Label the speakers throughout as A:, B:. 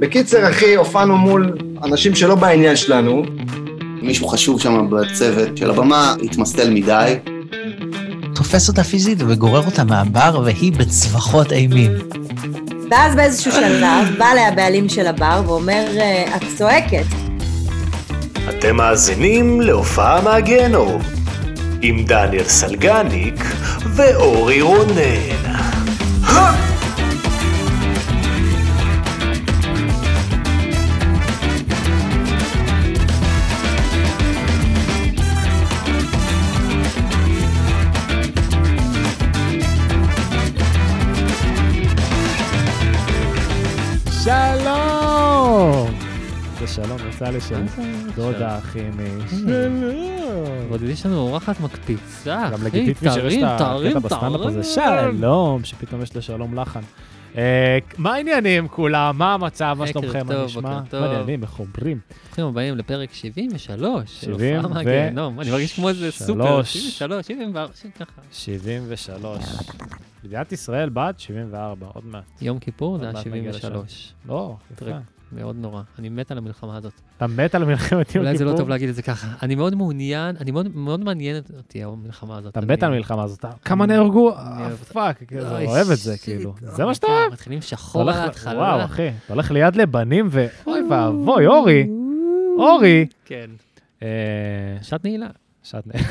A: בקיצר, אחי, הופענו מול אנשים שלא בעניין שלנו.
B: מישהו חשוב שם בצוות של הבמה התמסטל מדי.
C: תופס אותה פיזית וגורר אותה מהבר, והיא בצווחות אימים.
D: ואז באיזשהו שלב בא אליה הבעלים של הבר ואומר, "אה, את צועקת.
E: אתם מאזינים להופעה מהגנום, עם דניאל סלגניק ואורי רונן.
F: שלום! זה שלום, יצא לי שם. דודה, אחי, מי... שלום.
G: ועוד יש לנו אורחת מקפיצה,
F: גם
G: אה, אחי,
F: לגיטימי שיש
G: תרים,
F: את
G: תרים,
F: הקטע בסטנדאפ הזה. שלום, שפתאום יש לשלום לחן. אה, מה העניינים כולם? מה המצב? מה
G: בוקר
F: שלומכם? מה
G: טוב,
F: נשמע?
G: בוקר
F: מה
G: טוב.
F: העניינים? איך אומרים?
G: ברוכים הבאים לפרק 73. של
F: 70
G: הופעה
F: ו-
G: מהגיהנום. אני מרגיש כמו איזה סופר,
F: שלוש.
G: 73, 74, שישים ככה.
F: 73. מדינת ישראל בת 74, עוד מעט.
G: יום כיפור זה
F: עוד
G: היה
F: מעט נגיע לשם.
G: 73.
F: לא, יפה.
G: טריק. מאוד נורא, אני מת על המלחמה הזאת.
F: אתה מת על מלחמת יום
G: אולי זה לא טוב
F: כיפור?
G: להגיד את זה ככה. אני מאוד מעוניין, אני מאוד- מאוד מעניינת אותי המלחמה הזאת.
F: אתה
G: אני-
F: מת על המלחמה הזאת. כמה נהרגו? אה,
G: אוהב אותה.
F: פאק, כאילו,
G: אוי,
F: אוהב את זה,
G: שיט. אה,
F: כאילו.
G: אוי,
F: זה מה שאתה
G: אתה
F: אוהב.
G: מתחילים
F: אתה
G: שחור
F: הולך
G: על
F: ל-
G: ההתחלה.
F: וואו, אחי, אתה הולך ליד לבנים ו... אוי ואבוי, אורי, אורי.
G: כן.
F: אה,
G: שעת נעילה,
F: שעת נעילה.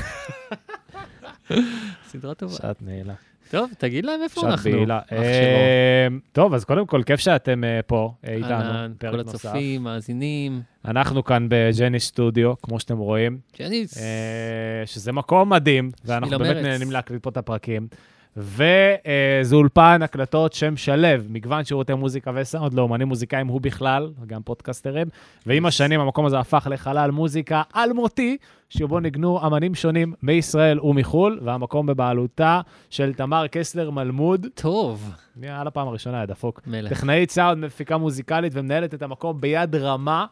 G: סדרה טובה.
F: שעת נעילה.
G: טוב, תגיד להם איפה
F: שעת
G: אנחנו.
F: בעילה.
G: אח שלו.
F: אה, טוב, אז קודם כל, כיף שאתם אה, פה אה,
G: אהלן,
F: איתנו,
G: כל
F: פרק נוסף.
G: הצופים, מאזינים.
F: אנחנו כאן בג'ני סטודיו, כמו שאתם רואים,
G: ג'ניס.
F: אה, שזה מקום מדהים, ואנחנו
G: בשביל
F: באמת
G: המרץ.
F: נהנים להקליט פה את הפרקים. וזה אולפן הקלטות שמשלב מגוון שירותי מוזיקה וסאונד לאומנים מוזיקאים הוא בכלל, גם פודקסטרים, ועם השנים המקום הזה הפך לחלל מוזיקה אלמותי, שבו ניגנו אמנים שונים מישראל ומחו"ל, והמקום בבעלותה של תמר קסלר מלמוד,
G: טוב,
F: מי היה על הפעם הראשונה היה דפוק,
G: מלך.
F: טכנאית סאונד, מפיקה מוזיקלית ומנהלת את המקום ביד רמה.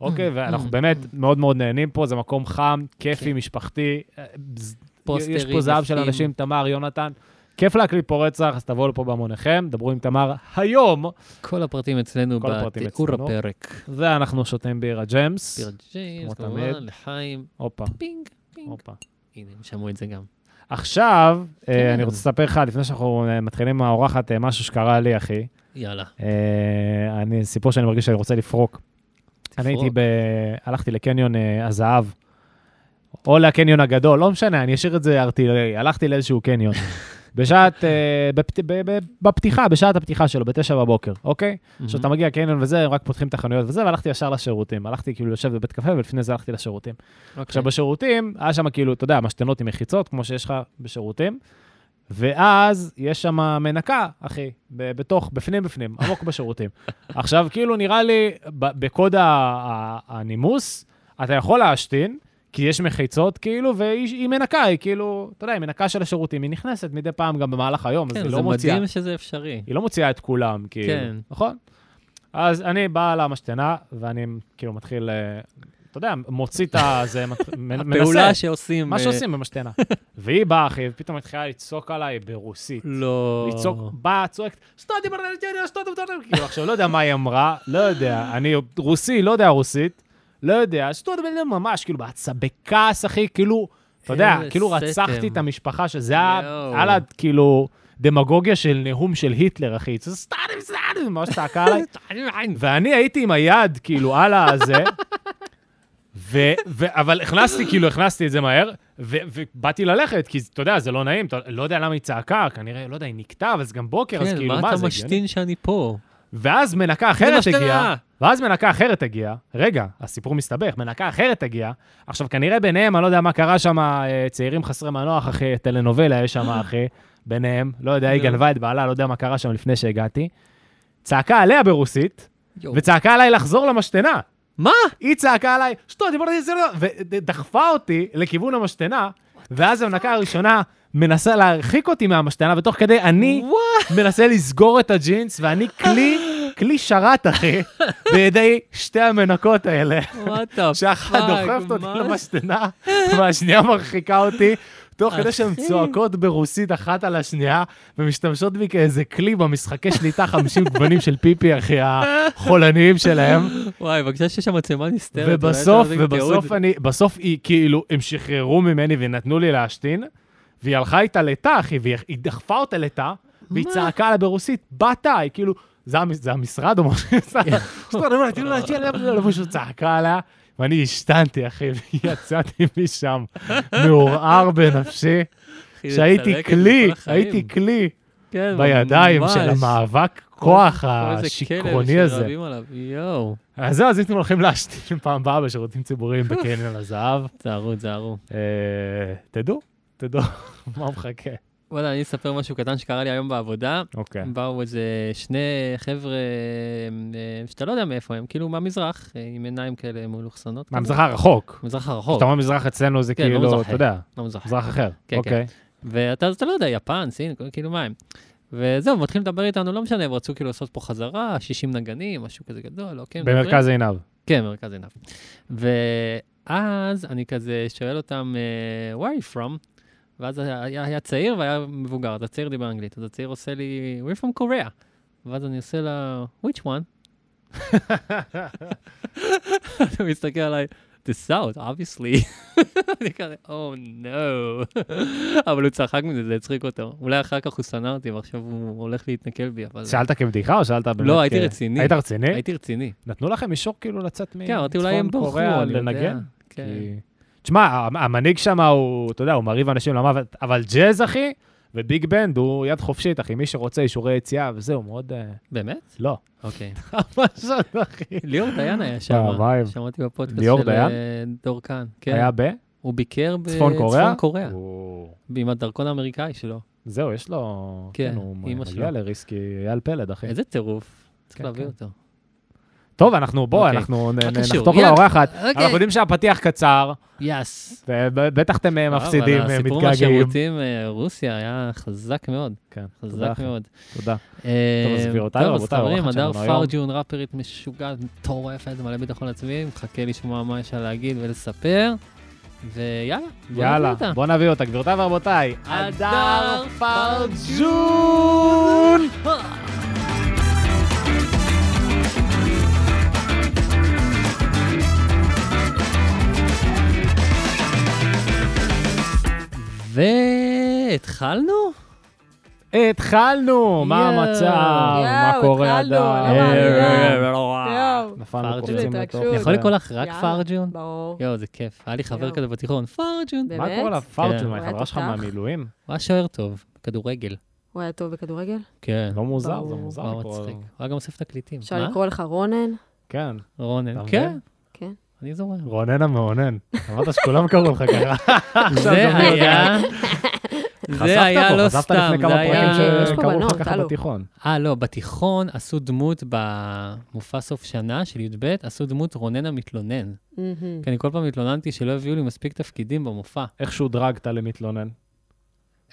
F: אוקיי, ואנחנו באמת מאוד מאוד נהנים פה, זה מקום חם, כיפי,
G: Mm. כן.
F: משפחתי. אה, ז-
G: פוסטרים
F: יש פה זהב של
G: יפים.
F: אנשים, תמר, יונתן. כיף להקליט פה רצח, אז תבואו לפה בהמוניכם, דברו עם תמר היום.
G: כל הפרטים אצלנו
F: כל הפרטים
G: בתיאור
F: אצלנו.
G: הפרק.
F: ואנחנו שותים בירה ג'מס.
G: פירד ג'יימס,
F: כמו
G: כמובן,
F: תמיד.
G: לחיים,
F: הופה,
G: פינג, פינג.
F: הופה.
G: הנה, הם שמעו את זה גם.
F: עכשיו,
G: כן.
F: אה, אני רוצה לספר לך, לפני שאנחנו אה, מתחילים עם האורחת, אה, משהו שקרה לי, אחי.
G: יאללה.
F: אה, אני, סיפור שאני מרגיש שאני רוצה לפרוק. אני הייתי ב... הלכתי לקניון אה, הזהב, או לקניון הגדול, לא משנה, אני אשאיר את זה ארטילרי. הלכתי לאיזשהו קניון. בשעת, אה, בפת... ב... ב... בפתיחה, בשעת הפתיחה שלו, בתשע בבוקר, אוקיי? עכשיו, אתה מגיע לקניון וזה, הם רק פותחים את החנויות וזה, והלכתי ישר לשירותים. הלכתי כאילו יושב בבית קפה, ולפני זה הלכתי לשירותים.
G: אוקיי.
F: עכשיו, בשירותים, היה שם כאילו, אתה יודע, משתנות עם מחיצות, כמו שיש לך בשירותים, ואז יש שם מנקה, אחי, ב- בתוך, בפנים בפנים, עמוק בשירותים. עכשיו, כאילו, נראה לי, ב- בקוד ה- ה- הנימוס, אתה יכול להשתין, כי יש מחיצות, כאילו, והיא היא מנקה, היא כאילו, אתה יודע, היא מנקה של השירותים, היא נכנסת מדי פעם גם במהלך היום, אז
G: כן,
F: היא
G: זה
F: לא מוציאה.
G: מדהים שזה אפשרי.
F: היא לא מוציאה את כולם, כאילו,
G: כן.
F: נכון? אז אני בא למשתנה, ואני כאילו מתחיל, אה, אתה יודע, מוציא את הזה, מת- מנ- מנסה,
G: הפעולה שעושים...
F: מה
G: אה,
F: שעושים במשתנה. והיא באה, אחי, ופתאום מתחילה לצעוק עליי ברוסית.
G: לא.
F: לצעוק, באה, צועקת, סטודי ברנטיאניה, סטודי ברנטיאניה. כאילו, עכשיו, לא יודע מה היא אמרה, לא יודע, אני רוסי, לא יודע רוסית, לא יודע, סטודי ברנטיאניה ממש, כאילו, בעצב- בכעס, אחי, כאילו, אתה יודע,
G: איזה
F: כאילו
G: סתם.
F: רצחתי את המשפחה, שזה היה,
G: יואו.
F: היה לה, כאילו, דמגוגיה של נאום של היטלר, אחי. זה סטודי, סטודי, ממש צעקה עליי. ואני הייתי עם היד, כאילו, על הזה, ו, ו, אבל הכנסתי, כאילו, הכנסתי את זה מהר, ו, ובאתי ללכת, כי אתה יודע, זה לא נעים, אתה, לא יודע למה היא צעקה, כנראה, לא יודע, היא נקטעה, אבל זה גם בוקר, אז
G: כן,
F: כאילו, מה,
G: מה אתה
F: זה הגיוני?
G: משתין שאני פה?
F: ואז מנקה אחרת
G: משתנה.
F: הגיעה, ואז מנקה אחרת הגיעה, רגע, הסיפור מסתבך, מנקה אחרת הגיעה, עכשיו, כנראה ביניהם, אני לא יודע מה קרה שם, אה, צעירים חסרי מנוח, אחי, טלנובלה יש שם, אחי, ביניהם, לא יודע, היא
G: נו.
F: גנבה את בעלה, לא יודע מה קרה שם לפני שהגעתי, צעקה עליה ברוסית,
G: יואו.
F: וצעקה עליי לחזור למשתנה.
G: מה?
F: היא צעקה עליי, שטות, דיברתי על זה, לא-" ודחפה אותי לכיוון המשתנה, ואז המנקה הראשונה מנסה להרחיק אותי מהמשתנה, ותוך כדי אני מנסה לסגור את הג'ינס, ואני כלי, כלי שרת, אחי, בידי שתי המנקות האלה.
G: וואט הפאק?
F: שאחת דוחפת אותי למשתנה, והשנייה מרחיקה אותי. תוך כדי שהן צועקות ברוסית אחת על השנייה, ומשתמשות בי כאיזה כלי במשחקי שליטה 50 גוונים של פיפי, אחי, החולניים שלהם.
G: וואי, בבקשה שיש שם מצלמה נסתרת. אולי אפשר
F: ובסוף,
G: להשיג
F: ובסוף
G: תיעוד.
F: אני, בסוף היא כאילו, הם שחררו ממני ונתנו לי להשתין, והיא הלכה איתה לתא, אחי, והיא היא דחפה אותה לתא, והיא צעקה לה ברוסית, בתא, היא כאילו, זה, המ- זה המשרד או משהו, זאת
G: לא
F: אומרת, תראו לה, תראו לה, תראו לה, מישהו צעקה עליה, ואני השתנתי, אחי, ויצאתי משם מעורער בנפשי,
G: אחי, כאילו, זה
F: שהייתי
G: צלקת לכל
F: כלי,
G: החיים.
F: הייתי כלי
G: כן,
F: בידיים
G: ממש.
F: של המאבק כוח השיכרוני
G: איזה כלב
F: הזה.
G: שרבים עליו, יואו.
F: אז זהו, אז הייתם הולכים להשתין פעם הבאה בשירותים ציבוריים בקניון הזהב.
G: תזהרו, תזהרו.
F: אה, תדעו, תדעו מה מחכה.
G: וואלה, אני אספר משהו קטן שקרה לי היום בעבודה.
F: אוקיי.
G: באו איזה שני חבר'ה, אה, שאתה לא יודע מאיפה הם, כאילו מהמזרח, אה, עם עיניים כאלה מלוכסנות. כזה.
F: מהמזרח הרחוק.
G: המזרח
F: כשאתה
G: הרחוק,
F: אומר מזרח אצלנו זה
G: לא. כן, לא
F: כאילו,
G: מזרח
F: אתה יודע,
G: לא מזרח.
F: מזרח אחר.
G: כן,
F: אוקיי.
G: ואתה אתה לא יודע, יפן, סין, כאילו מה הם. וזהו, מתחילים לדבר איתנו, לא משנה, הם רצו כאילו לעשות פה חזרה, 60 נגנים, משהו כזה גדול, אוקיי. מדברים.
F: במרכז עיניו.
G: כן, במרכז עיניו. ואז אני כזה שואל אותם, אה, where are you from? ואז היה, היה, היה צעיר והיה מבוגר, אז הצעיר דיבר אנגלית, אז הצעיר עושה לי, we're from Korea. ואז אני עושה לה, which one? אתה מסתכל עליי, the south, obviously. אני כזה, oh no. אבל הוא צחק מזה, זה הצחיק אותו. אולי אחר כך הוא שנא אותי, ועכשיו הוא הולך להתנקל בי, אבל...
F: שאלת כבדיחה או שאלת באמת?
G: לא, הייתי
F: כ-
G: רציני.
F: היית רציני?
G: הייתי רציני.
F: נתנו לכם אישור כאילו לצאת
G: כן, אמרתי, אולי הם
F: מצפון
G: ברחו,
F: קוריאה
G: אני יודע.
F: לנגן?
G: כן.
F: כי- תשמע, המ- המנהיג שם הוא, אתה יודע, הוא מרעיב אנשים למוות, אבל ג'אז, אחי, וביג בנד הוא יד חופשית, אחי, מי שרוצה אישורי יציאה וזהו, מאוד... אה,
G: באמת?
F: לא.
G: אוקיי.
F: ממש לא, אחי.
G: ליאור דיין היה שם, אה?
F: הווייב.
G: שמעתי בפודקאסט
F: אה, ליאור
G: של
F: דיין?
G: אה, דור כאן. כן.
F: היה ב...
G: הוא ביקר בצפון
F: צפון קוריאה?
G: קוריאה,
F: הוא-
G: עם הדרכון האמריקאי שלו.
F: זהו, יש לו...
G: כן,
F: כן, הוא
G: אמא
F: מגיע
G: שלו.
F: לריסקי, אייל פלד, אחי.
G: איזה טירוף. צריך
F: כן,
G: להביא
F: כן.
G: אותו.
F: טוב, אנחנו, בוא,
G: אוקיי.
F: אנחנו נ-
G: מה
F: נ-
G: קשור?
F: נחתוך
G: יאללה.
F: לאורחת.
G: אוקיי.
F: אנחנו יודעים שהפתיח קצר,
G: יס.
F: ובטח אתם אה, מפסידים,
G: אבל
F: אה,
G: הסיפור
F: מתגעגעים.
G: מהשירותים, אה, רוסיה היה חזק מאוד.
F: כן, תודה,
G: חזק
F: אחי,
G: מאוד.
F: תודה.
G: אה,
F: טוב, אז גבירותיי,
G: טוב, אז
F: רבותיי,
G: חברים,
F: האורחת
G: הדר
F: שלנו היום.
G: פרג'ון, ראפרית משוגעת, מטורפת, מלא ביטחון עצמי, מחכה לשמוע מה יש לה להגיד ולספר, ויאללה, בוא נביא
F: יאללה,
G: אותה.
F: בוא נביא אותה, גבירותיי ורבותיי.
G: הדר
F: פרג'ון!
G: והתחלנו?
F: התחלנו! מה
G: יואו.
F: המצב? מה
H: יואו,
F: קורה,
H: התחלנו,
F: הדר?
H: לא
F: אה,
H: מאמינה.
F: נפלנו
G: פרג'ון.
F: קופצים לתוך...
H: התרגשות.
G: יכול לקרוא לך רק
H: יאללה.
G: פרג'ון?
H: ברור.
G: יואו, זה כיף. היה לי חבר
H: יואו.
G: כזה בתיכון, פרג'ון.
H: באמת?
F: מה קורה לה? פרג'ון, מה,
H: הוא
F: היא
H: היה
F: חברה שלך
H: תותח.
F: מהמילואים?
G: הוא היה שוער טוב, כדורגל.
H: הוא היה טוב בכדורגל?
G: כן.
F: לא מוזר,
H: ברור.
F: זה
G: הוא
F: מוזר.
G: היה
F: לקרוא
G: מצחיק.
F: לו.
G: הוא היה גם אוסף תקליטים.
H: אפשר
G: מה?
H: לקרוא לך רונן?
F: כן. אתה
G: רונן.
F: מבין?
G: כן,
H: כן.
G: אני זורם.
F: רונן המאונן. אמרת שכולם קראו לך ככה.
G: זה
F: אתה
G: היה, זה היה לא
F: חשפת פה,
G: סתם,
F: חשפת לפני
G: זה
F: כמה פרקים
G: היה...
H: ש- יש פה
F: שקראו לך
H: בנות,
F: ככה
H: הלו.
F: בתיכון.
G: אה, לא, בתיכון עשו דמות במופע סוף שנה של י"ב, עשו דמות רונן המתלונן.
H: מהמם.
G: כי אני כל פעם התלוננתי שלא הביאו לי מספיק תפקידים במופע.
F: איך שודרגת למתלונן.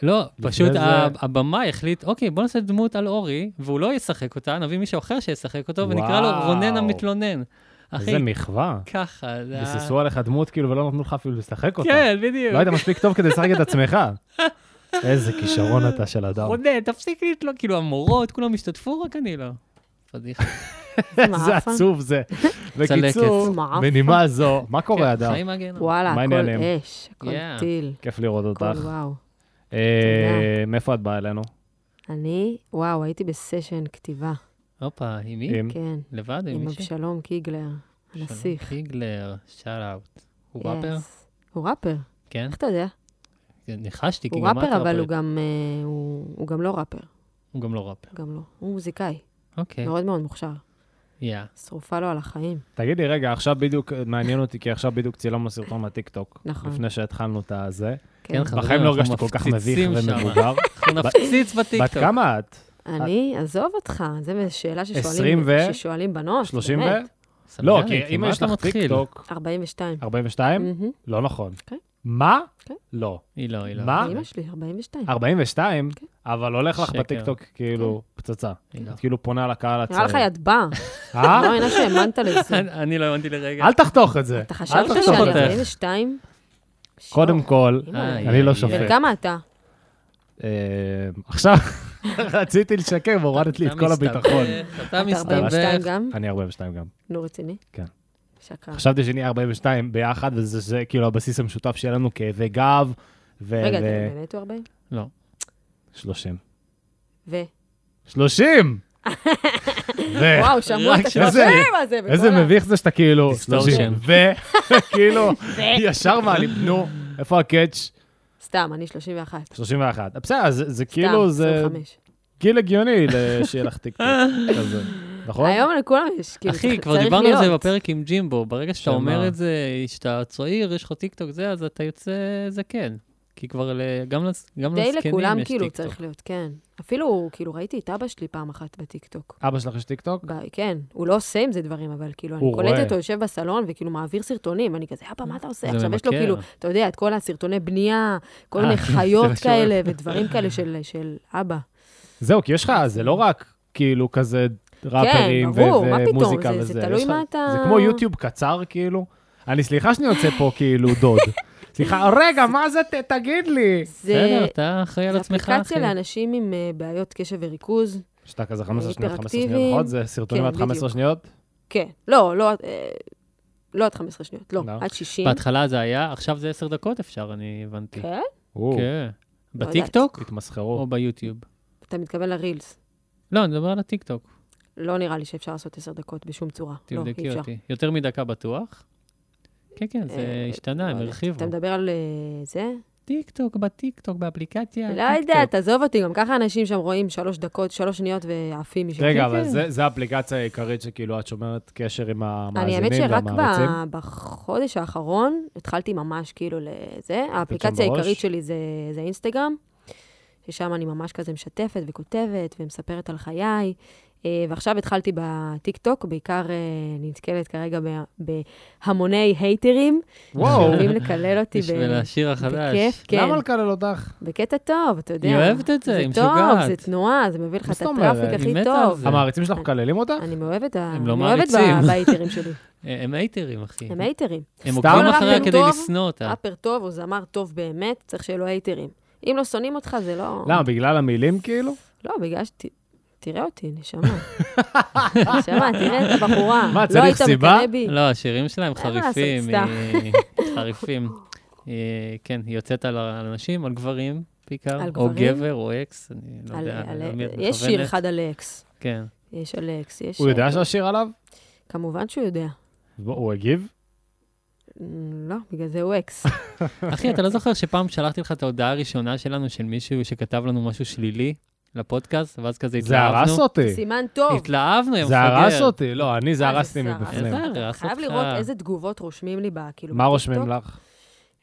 G: לא,
F: לפני
G: פשוט
F: זה-
G: ה- הבמאי החליט, אוקיי, בוא נעשה דמות על אורי, והוא לא ישחק אותה, נביא מישהו אחר שישחק אותו, ונקרא לו
F: וואו.
G: רונן המתלונן. אחי,
F: איזה מחווה.
G: ככה, זה היה...
F: ביססו עליך דמות כאילו ולא נתנו לך אפילו לשחק אותה.
G: כן, בדיוק.
F: לא היית מספיק טוב כדי לשחק את עצמך. איזה כישרון אתה של אדם.
G: רונן, תפסיק לתלות, כאילו המורות, כולם השתתפו, רק אני לא. פדיחה.
F: איזה
H: מעפה.
F: עצוב זה. בקיצור,
H: מעפה.
F: בנימה זו, מה
G: כן,
F: קורה אדם?
G: חיים מהגיהנום.
H: וואלה,
F: מה העניינים?
H: הכל אש, הכל
G: Yeah.
H: טיל,
F: כיף לראות
H: הכל
F: אותך.
H: וואו.
F: אה, מאיפה את באה אלינו?
H: אני, וואו, הייתי בסשן כתיבה,
G: הופה, עם מי?
F: עם-
H: כן,
G: לבד או עם
H: עם
G: מישהי?
H: אבשלום קיגלר, הנסיך.
G: פיגלר, שאל אאוט. הוא
H: Yes.
G: ראפר?
H: הוא ראפר,
G: כן?
H: איך אתה יודע?
G: ניחשתי, כאילו, כי
H: הוא
G: גם את
H: ראפר, אבל
G: ראפרית.
H: הוא גם, אה, הוא- הוא גם לא ראפר,
G: הוא גם לא ראפר.
H: גם לא. הוא מוזיקאי,
G: אוקיי,
H: מאוד מאוד מוכשר.
G: יא.
H: שרופה לו על החיים.
F: תגידי, רגע, עכשיו בדיוק, מעניין אותי, כי עכשיו בדיוק צילמנו סרטון מהטיקטוק.
H: נכון.
F: לפני שהתחלנו את הזה.
H: כן,
G: חברים,
F: בחיים לא
G: אנחנו
F: הרגשתי כל כך מביך
G: מפציצים שם.
F: ומבוגר.
G: אנחנו נפציץ
F: בת
G: בטיקטוק.
F: כמה את?
H: אני, עזוב אותך, זו שאלה
F: עשרים
H: ששואלים
F: ו-
H: ששואלים בנות,
F: 30 ו...
H: באמת.
F: לא,
G: סבלני,
F: כי אם
G: אה, מה
F: יש
G: אתה
F: לך
G: מתחיל?
F: טיקטוק,
H: 42.
F: 42?
H: מהמם.
F: לא נכון.
H: כן.
F: מה?
H: כן.
F: לא.
G: היא לא, היא לא. אוקיי.
F: מה?
H: אמא שלי, 42.
F: 42,
H: כן.
F: אבל הולך לך
G: שקר.
F: בטיקטוק כאילו פצצה.
G: היא לא.
F: את כאילו פונה לקהל הצעיר.
H: נראה לך ידבע.
F: אה?
H: לא מאמינה שהאמנת לזה.
G: אני לא האמנתי לרגע.
F: אל תחתוך את זה.
H: אתה
F: אל
H: חשבת
F: תחתוך
H: שאני
F: את זה.
H: 42?
F: קודם כל,
H: אימא'לה.
G: איי,
F: אני לא
G: איי,
F: שופט.
H: בן כמה אתה?
F: אה, עכשיו רציתי לשקר והורדת לי את
G: אתה
F: כל
G: מסתבך, אה.
F: הביטחון.
G: אתה
H: אתה 42
G: מסתבך.
H: גם?
F: אני 42 גם.
H: נו, רציני?
F: כן.
H: שקרן.
F: חשבתי שנהיה 42 ביחד, וזה זה כאילו הבסיס המשותף שיהיה לנו כאבי גב, ו...
H: רגע,
F: אה, ו-
H: אתה באמת הוא 40?
F: 30.
H: ו...
F: 30! ו...
H: וואו, שמעו את
G: רק
H: השם
F: איזה-
H: הזה. בכל
F: איזה
H: ה-
F: מביך זה שאתה כאילו...
G: Distortion.
F: 30. ו... כאילו, ישר מעלים, נו, איפה הקאץ'?
H: סתם, אני 31.
F: 31. בסדר, זה זה
H: סתם,
F: כאילו, זה
H: 25.
F: גיל הגיוני ל- שיהיה לך טיקטוק כזה, נכון?
H: היום לכולם יש, כאילו,
G: אחי,
H: צריך-
G: כבר
H: צריך
G: דיברנו על זה
H: להיות.
G: בפרק עם ג'ימבו, ברגע שאתה
F: שמה?
G: אומר את זה, שאתה צעיר, יש לך טיקטוק זה, אז אתה יוצא זקן. כי כבר ל- גם לז- גם
H: די
G: לזקנים יש טיקטוק.
H: לכולם כאילו צריך להיות, כן. אפילו, כאילו, ראיתי את אבא שלי פעם אחת בטיקטוק.
F: אבא שלך יש טיקטוק?
H: ב- כן, הוא לא עושה עם זה דברים, אבל כאילו, אני
F: הוא
H: קולטת
F: רואה.
H: אותו יושב בסלון וכאילו מעביר סרטונים, ואני כזה, אבא, מה אתה עושה?
G: זה
H: עכשיו יש לו
G: ממכר.
H: כאילו, אתה יודע, את כל הסרטוני בנייה, כל
G: אה,
H: מיני
G: זה מה
H: חיות
G: שהוא
H: כאלה ודברים כאלה של- של אבא.
F: זהו, כי יש לך, זה לא רק כאילו כזה ראפרים ו-
H: כן, ברור, מה פתאום?
F: ומוזיקה
H: זה- זה
F: וזה.
H: תלוי
F: יש לך-
H: מה אתה-
F: זה כמו יוטיוב קצר, כאילו. אני, סליחה שאני יוצא פה כאילו דוד. סליחה, רגע, מה זה? ת- תגיד לי.
G: בסדר,
H: זה
G: אתה אחראי על
H: זה
G: עצמך, אחי.
H: אפליקציה לאנשים עם אה, בעיות קשב וריכוז.
F: שאתה כזה 15 שניות, 15 שניות,
H: היפראקטיביים.
F: נכון? זה סרטונים
H: כן,
F: עד 15
H: בדיוק.
F: שניות?
H: כן, לא, לא, אה, לא עד 15 שניות, לא,
F: לא.
H: עד 60.
G: בהתחלה זה היה, עכשיו זה עשר דקות אפשר, אני הבנתי.
H: כן?
F: וואו,
G: כן.
H: לא
G: בטיקטוק או
F: התמסחרו.
G: ביוטיוב?
H: אתה מתכוון לרילס.
G: לא, אני מדבר על הטיקטוק,
H: לא נראה לי שאפשר לעשות 10 דקות בשום צורה. לא, אי
G: תבדקי
H: אפשר.
G: אותי. יותר מדקה בטוח? כן, כן, זה
H: אה,
G: השתנה, הם
H: לא יודעת.
G: הרחיבו.
H: אתה מדבר על אה, זה?
G: טיקטוק, בטיקטוק, באפליקציה.
F: אה,
H: לא
G: הטיקטוק.
H: יודעת, עזוב אותי, גם ככה אנשים שם רואים שלוש דקות, שלוש שניות ועפים משם.
F: רגע,
G: כן,
F: אבל
G: כן.
F: זה- זה האפליקציה העיקרית שכאילו את שומרת קשר עם
H: אני האמת
F: המאזינים
H: שרק
F: והמעריצים?
H: ב- בחודש האחרון התחלתי ממש כאילו לזה. האפליקציה
F: בראש?
H: העיקרית שלי זה, זה אינסטגרם, ששם אני ממש כזה משתפת וכותבת ומספרת על חיי. אה, ועכשיו התחלתי בטיקטוק, בעיקר אה, נתקלת כרגע ב- בהמוני הייטרים,
F: וואו.
H: שאוהבים לקלל אותי ב-
G: בשביל השיר החדש.
H: בכיף, כן,
F: למה לקלל אותך?
H: בקטע טוב, אתה יודע.
G: היא אוהבת את זה, היא
H: טוב, זה
G: משוגעת.
H: תנועה, זה מביא לך
F: מה
H: את
F: זאת אומרת?
H: הטראפיק
G: היא
H: הכי
G: מתה על
H: טוב.
G: זה.
F: המעריצים שלך מקללים אותך?
H: אני מאוהבת ה-
G: הם לא
H: אני מאוהבת
G: מעריצים.
H: ב- בהייטרים שלי,
G: אה, הם הייטרים, אחי.
H: הם הייטרים.
G: הם
F: סתם
G: עוקבים
F: ראפר
G: אחריה כדי
H: טוב?
G: לשנוא אותה.
H: ראפר טוב או זמר טוב באמת, צריך שיהיו לו הייטרים. אם לא שונאים אותך, זה לא...
F: למה, בגלל המילים כאילו?
H: לא, בגלל ש... תראה אותי, נשמה. נשמה, תראה את הבחורה.
F: מה,
H: לא
F: צריך
H: היית
F: סיבה?
H: מקנא בי.
G: לא, השירים שלה הם
H: מה לעשות,
G: חריפים.
H: סתם.
G: היא- חריפים. היא- כן, היא יוצאת על על אנשים, על גברים בעיקר.
H: על
G: או
H: גברים?
G: גבר, או אקס, אני לא
H: על-
G: יודע.
H: על-
G: למי את
H: יש שיר
G: מכוונת.
H: אחד על אקס.
G: כן.
H: יש על אקס, יש...
F: הוא יודע
H: אה,
F: שהשיר עליו?
H: כמובן שהוא יודע.
F: הוא הגיב?
H: אמ, לא, בגלל זה הוא אקס.
G: אחי, אתה לא זוכר שפעם שלחתי לך את ההודעה הראשונה שלנו, של מישהו שכתב לנו משהו שלילי לפודקאסט, ואז כזה
F: זה
G: התלהבנו?
F: הרס אותי.
H: סימן טוב.
G: התלהבנו, יא
F: זה
G: מפגר.
F: הרס אותי. לא, אני זה
H: מה אה, זה
F: הרסתי
H: שרף?
F: מבפנים.
G: איזה הרס
H: חייב
G: אותך.
H: לראות איזה תגובות רושמים לי בה, כאילו...
F: מה
H: בטיקטוק.
F: רושמים לך?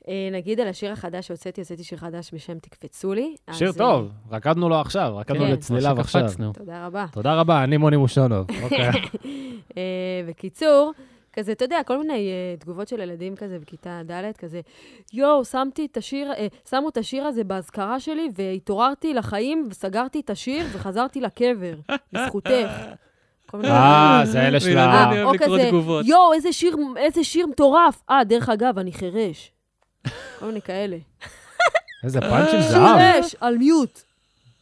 H: אה, נגיד על השיר החדש שהוצאתי, הוצאתי שיר חדש בשם תקפצו לי. אז,
F: שיר
H: אה,
F: טוב, רקדנו לו עכשיו, רקדנו
H: כן,
F: לצליליו עכשיו.
G: שקפצנו.
H: תודה רבה.
F: תודה רבה, אני מוני מושונוב. אוקיי.
H: אה, בקיצור, כזה, אתה יודע, כל מיני אה, תגובות של ילדים כזה בכיתה ד', כזה, יואו, שמתי את השיר, אה, שמו את השיר הזה באזכרה שלי, והתעוררתי לחיים, וסגרתי את השיר, וחזרתי לקבר, בזכותך. כל מיני-
F: אה, זה אלה של
G: אה,
F: ה...
G: אני אוהב
H: או
G: לקרוא
H: כזה,
G: תגובות.
H: יואו, איזה שיר, איזה שיר מטורף. אה, דרך אגב, אני חירש. כל מיני כאלה.
F: איזה פאנצ'ים
H: אה,
F: זהב.
H: חירש, על מיוט.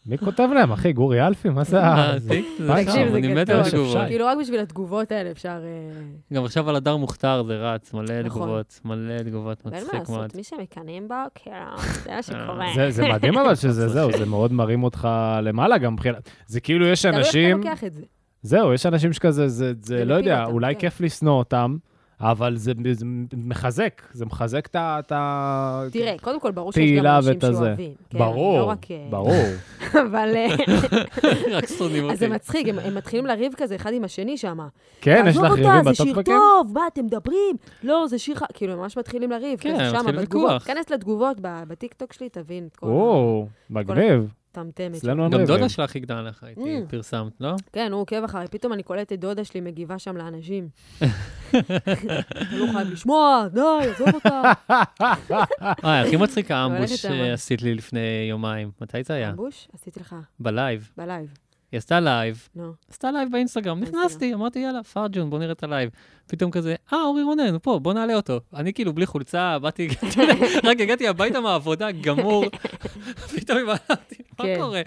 F: מי כותב להם, אחי? גורי אלפי? מה זה ה...
G: אה, טיק,
F: פאנצ'ים.
G: זה שם,
H: תקשיב, זה
G: אני מת
H: גדול.
G: על התגובות.
H: כאילו, רק בשביל התגובות האלה אפשר... אה,
G: גם עכשיו על הדר מוכתר זה רץ, מלא
H: נכון.
G: תגובות, מלא תגובות,
H: ואין
G: מצחיק
H: מה
G: מאוד.
H: לעשות, מי שמקנאים בו, כאילו, זה מה שקורה.
F: אה, זה- זה מדהים אבל שזה זהו, זה מאוד מרים אותך למעלה גם מבחינת... זה כאילו יש
H: תלוי איך אתה
F: אנשים...
H: לוקח את זה.
F: זהו, יש אנשים שכזה, זה, זה לא
H: מפיל
F: יודע,
H: אותם,
F: אולי
H: כן.
F: כיף לשנוא אותם, אבל זה, זה מחזק, זה מחזק את ה... את ה-
H: תראה, קודם כל, ברור שיש גם
F: תהילה
H: אנשים
F: ואת הזה.
H: שאוהבים. כן,
F: ברור,
H: לא רק, אה,
F: ברור. אוקיי.
H: אבל... אה,
G: רק שונאים
H: אז
G: אותי.
H: זה מצחיק, הם- הם מתחילים לריב כזה אחד עם השני שם.
F: כן, יש
H: "תעזוב
F: לך
H: אותה,
F: ריבים
H: זה שיר
F: בטוקבקים?
H: טוב, מה, אתם מדברים? לא, זה שיר... ח-" כאילו, הם ממש מתחילים לריב.
G: כן,
H: כזה שם,
G: מתחיל
H: בתגובות.
G: ויכוח.
H: כנס לתגובות ב- בטיקטוק שלי, תבין את כל
F: או, מגניב,
H: הטמטמת.
F: אצלנו אין
G: גם
F: ריבים.
G: דודה שלך הגדרה לך איתי,
H: Mm.
G: פרסמת, לא?
H: כן, הוא עוקב אחריי, פתאום אני קולטת דודה שלי מגיבה שם לאנשים. אתה לא חייב לשמוע, די, עזוב אותה.
G: אה, הכי אה, מצחיק
H: הולכת
G: האמבוש
H: למה?
G: שעשית לי לפני יומיים. מתי זה היה?
H: אמבוש? עשיתי לך
G: בלייב.
H: בלייב.
G: היא עשתה לייב,
H: נו.
G: עשתה לייב באינסטגרם, נכנסתי, אמרתי, יאללה, פרג'ון, בוא נראה את הלייב. פתאום כזה, אה, אורי רונן, הוא פה, בוא נעלה אותו. אני כאילו בלי חולצה, באתי, רק הגעתי הביתה מהעבודה, גמור. פתאום הבנתי, מה
H: כן.
G: קורה?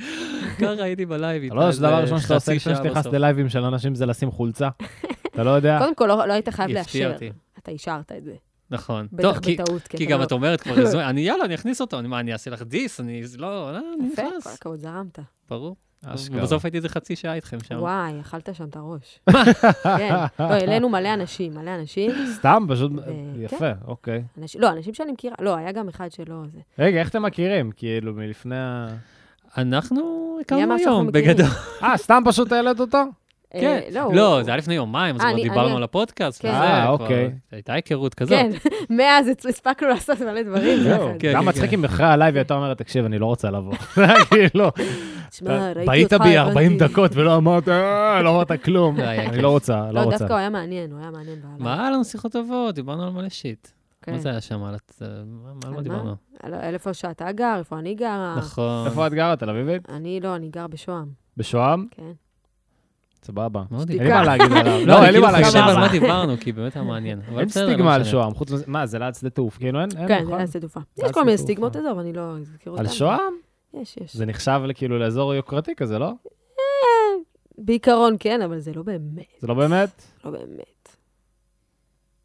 G: ככה הייתי בלייב
F: אתה
G: איתה.
F: לא יודע שהדבר
G: איזה
F: הראשון שאתה עושה
G: חצי
F: לפני
G: שעה
F: שנכנס
G: בסוף.
F: ללייבים של אנשים זה לשים חולצה. אתה לא יודע?
H: קודם כל, לא לא היית חייב
G: אה. הפתיע
H: לאשר.
G: אותי.
H: אתה אישרת את זה.
G: נכון.
H: בטח
G: טוב, כי-
H: בטעות.
G: כי
H: אתה
G: גם
H: לא-
G: את אומרת כבר, "אז אני, יאללה, אני אכניס אותו. אני- מה, אני אעשה לך דיס? אני, זה לא, לא, אני
H: יפה, כל
G: נכנס.
H: הכבוד, זרמת.
G: ברור.
F: אשכרה.
G: בסוף הייתי איזה חצי שעה איתכם שם.
H: וואי, אכלת שם את הראש. כן. לא, העלינו מלא אנשים, מלא אנשים.
F: סתם, פשוט...
H: אה,
F: יפה, אוקיי.
H: אנשים- לא, אנשים שאני מכירה, לא, היה גם אחד שלא... זה.
F: רגע, איך אתם מכירים? כאילו, מלפני ה...
G: אנחנו
H: מי
G: הכרנו
H: אמר שאנחנו
G: היום,
H: מכירים?
G: בגדול.
F: אה, סתם פשוט העלית אותו?
H: אה,
G: כן.
H: הוא-
G: לא, זה היה לפני יומיים, אז
H: אה,
G: כבר
H: אני- אני-
G: דיברנו על הפודקאסט.
H: כן.
G: וזה,
F: אה,
G: כבר
F: אוקיי.
G: הייתה היכרות כזאת.
H: כן, מאז הספקנו לעשות מלא דברים.
F: זהו.
H: ביחד.
G: כן,
F: גם
G: כן,
F: מצחיק
G: כן.
F: אם אחרי הלייב היא הייתה אומרת, תקשיב, אני לא רוצה לבוא. כאילו,
H: תשמע, לא, ראיתי אותך,
F: בעית בי 40
H: הבנתי.
F: דקות ולא אמרת, "אה, לא אמרת כלום.
G: לא היה
F: אני
G: כיף.
F: לא רוצה, לא
H: לא,
F: רוצה.
H: דווקא הוא היה מעניין, הוא היה מעניין בעלה.
G: מה, היה לנו שיחות טובות, דיברנו על מלא שיט.
H: כן.
G: מה זה היה שם? על הת- מה- על
H: על
G: מה
H: מה? אה.
G: דיברנו?
H: על- על איפה שאתה גר, איפה אני גרה.
G: נכון.
F: איפה את גרה, תל אביבית?
H: אני לא, אני גר בשוהם,
F: בשוהם?
H: כן.
F: סבבה.
G: מה עוד
F: אין
G: דיברנו?
F: לי מה להגיד עליו.
G: לא,
F: לא,
G: אני
F: אין לי
G: כאילו
F: מה להגיד
G: חושב על
F: עליו.
G: מה דיברנו, כי באמת היה מעניין. אבל
F: אין
G: בסדר, לא
F: סטיגמה על
G: משנה.
F: שוהם, חוץ מזה, מה, זה ליד שדה תעוף, כאילו אין, אין,
H: כן,
F: נכון?
H: זה שדה תעופה.
F: זה
H: יש כל מיני
F: שדה
H: סטיגמות,
F: תעופה.
H: עזוב, אני לא אזכיר אותן.
F: על שוהם?
H: יש, יש.
F: זה נחשב כאילו לאזור יוקרתי כזה, לא?
H: בעיקרון כן, אבל זה לא באמת,
F: זה לא באמת?
H: לא באמת.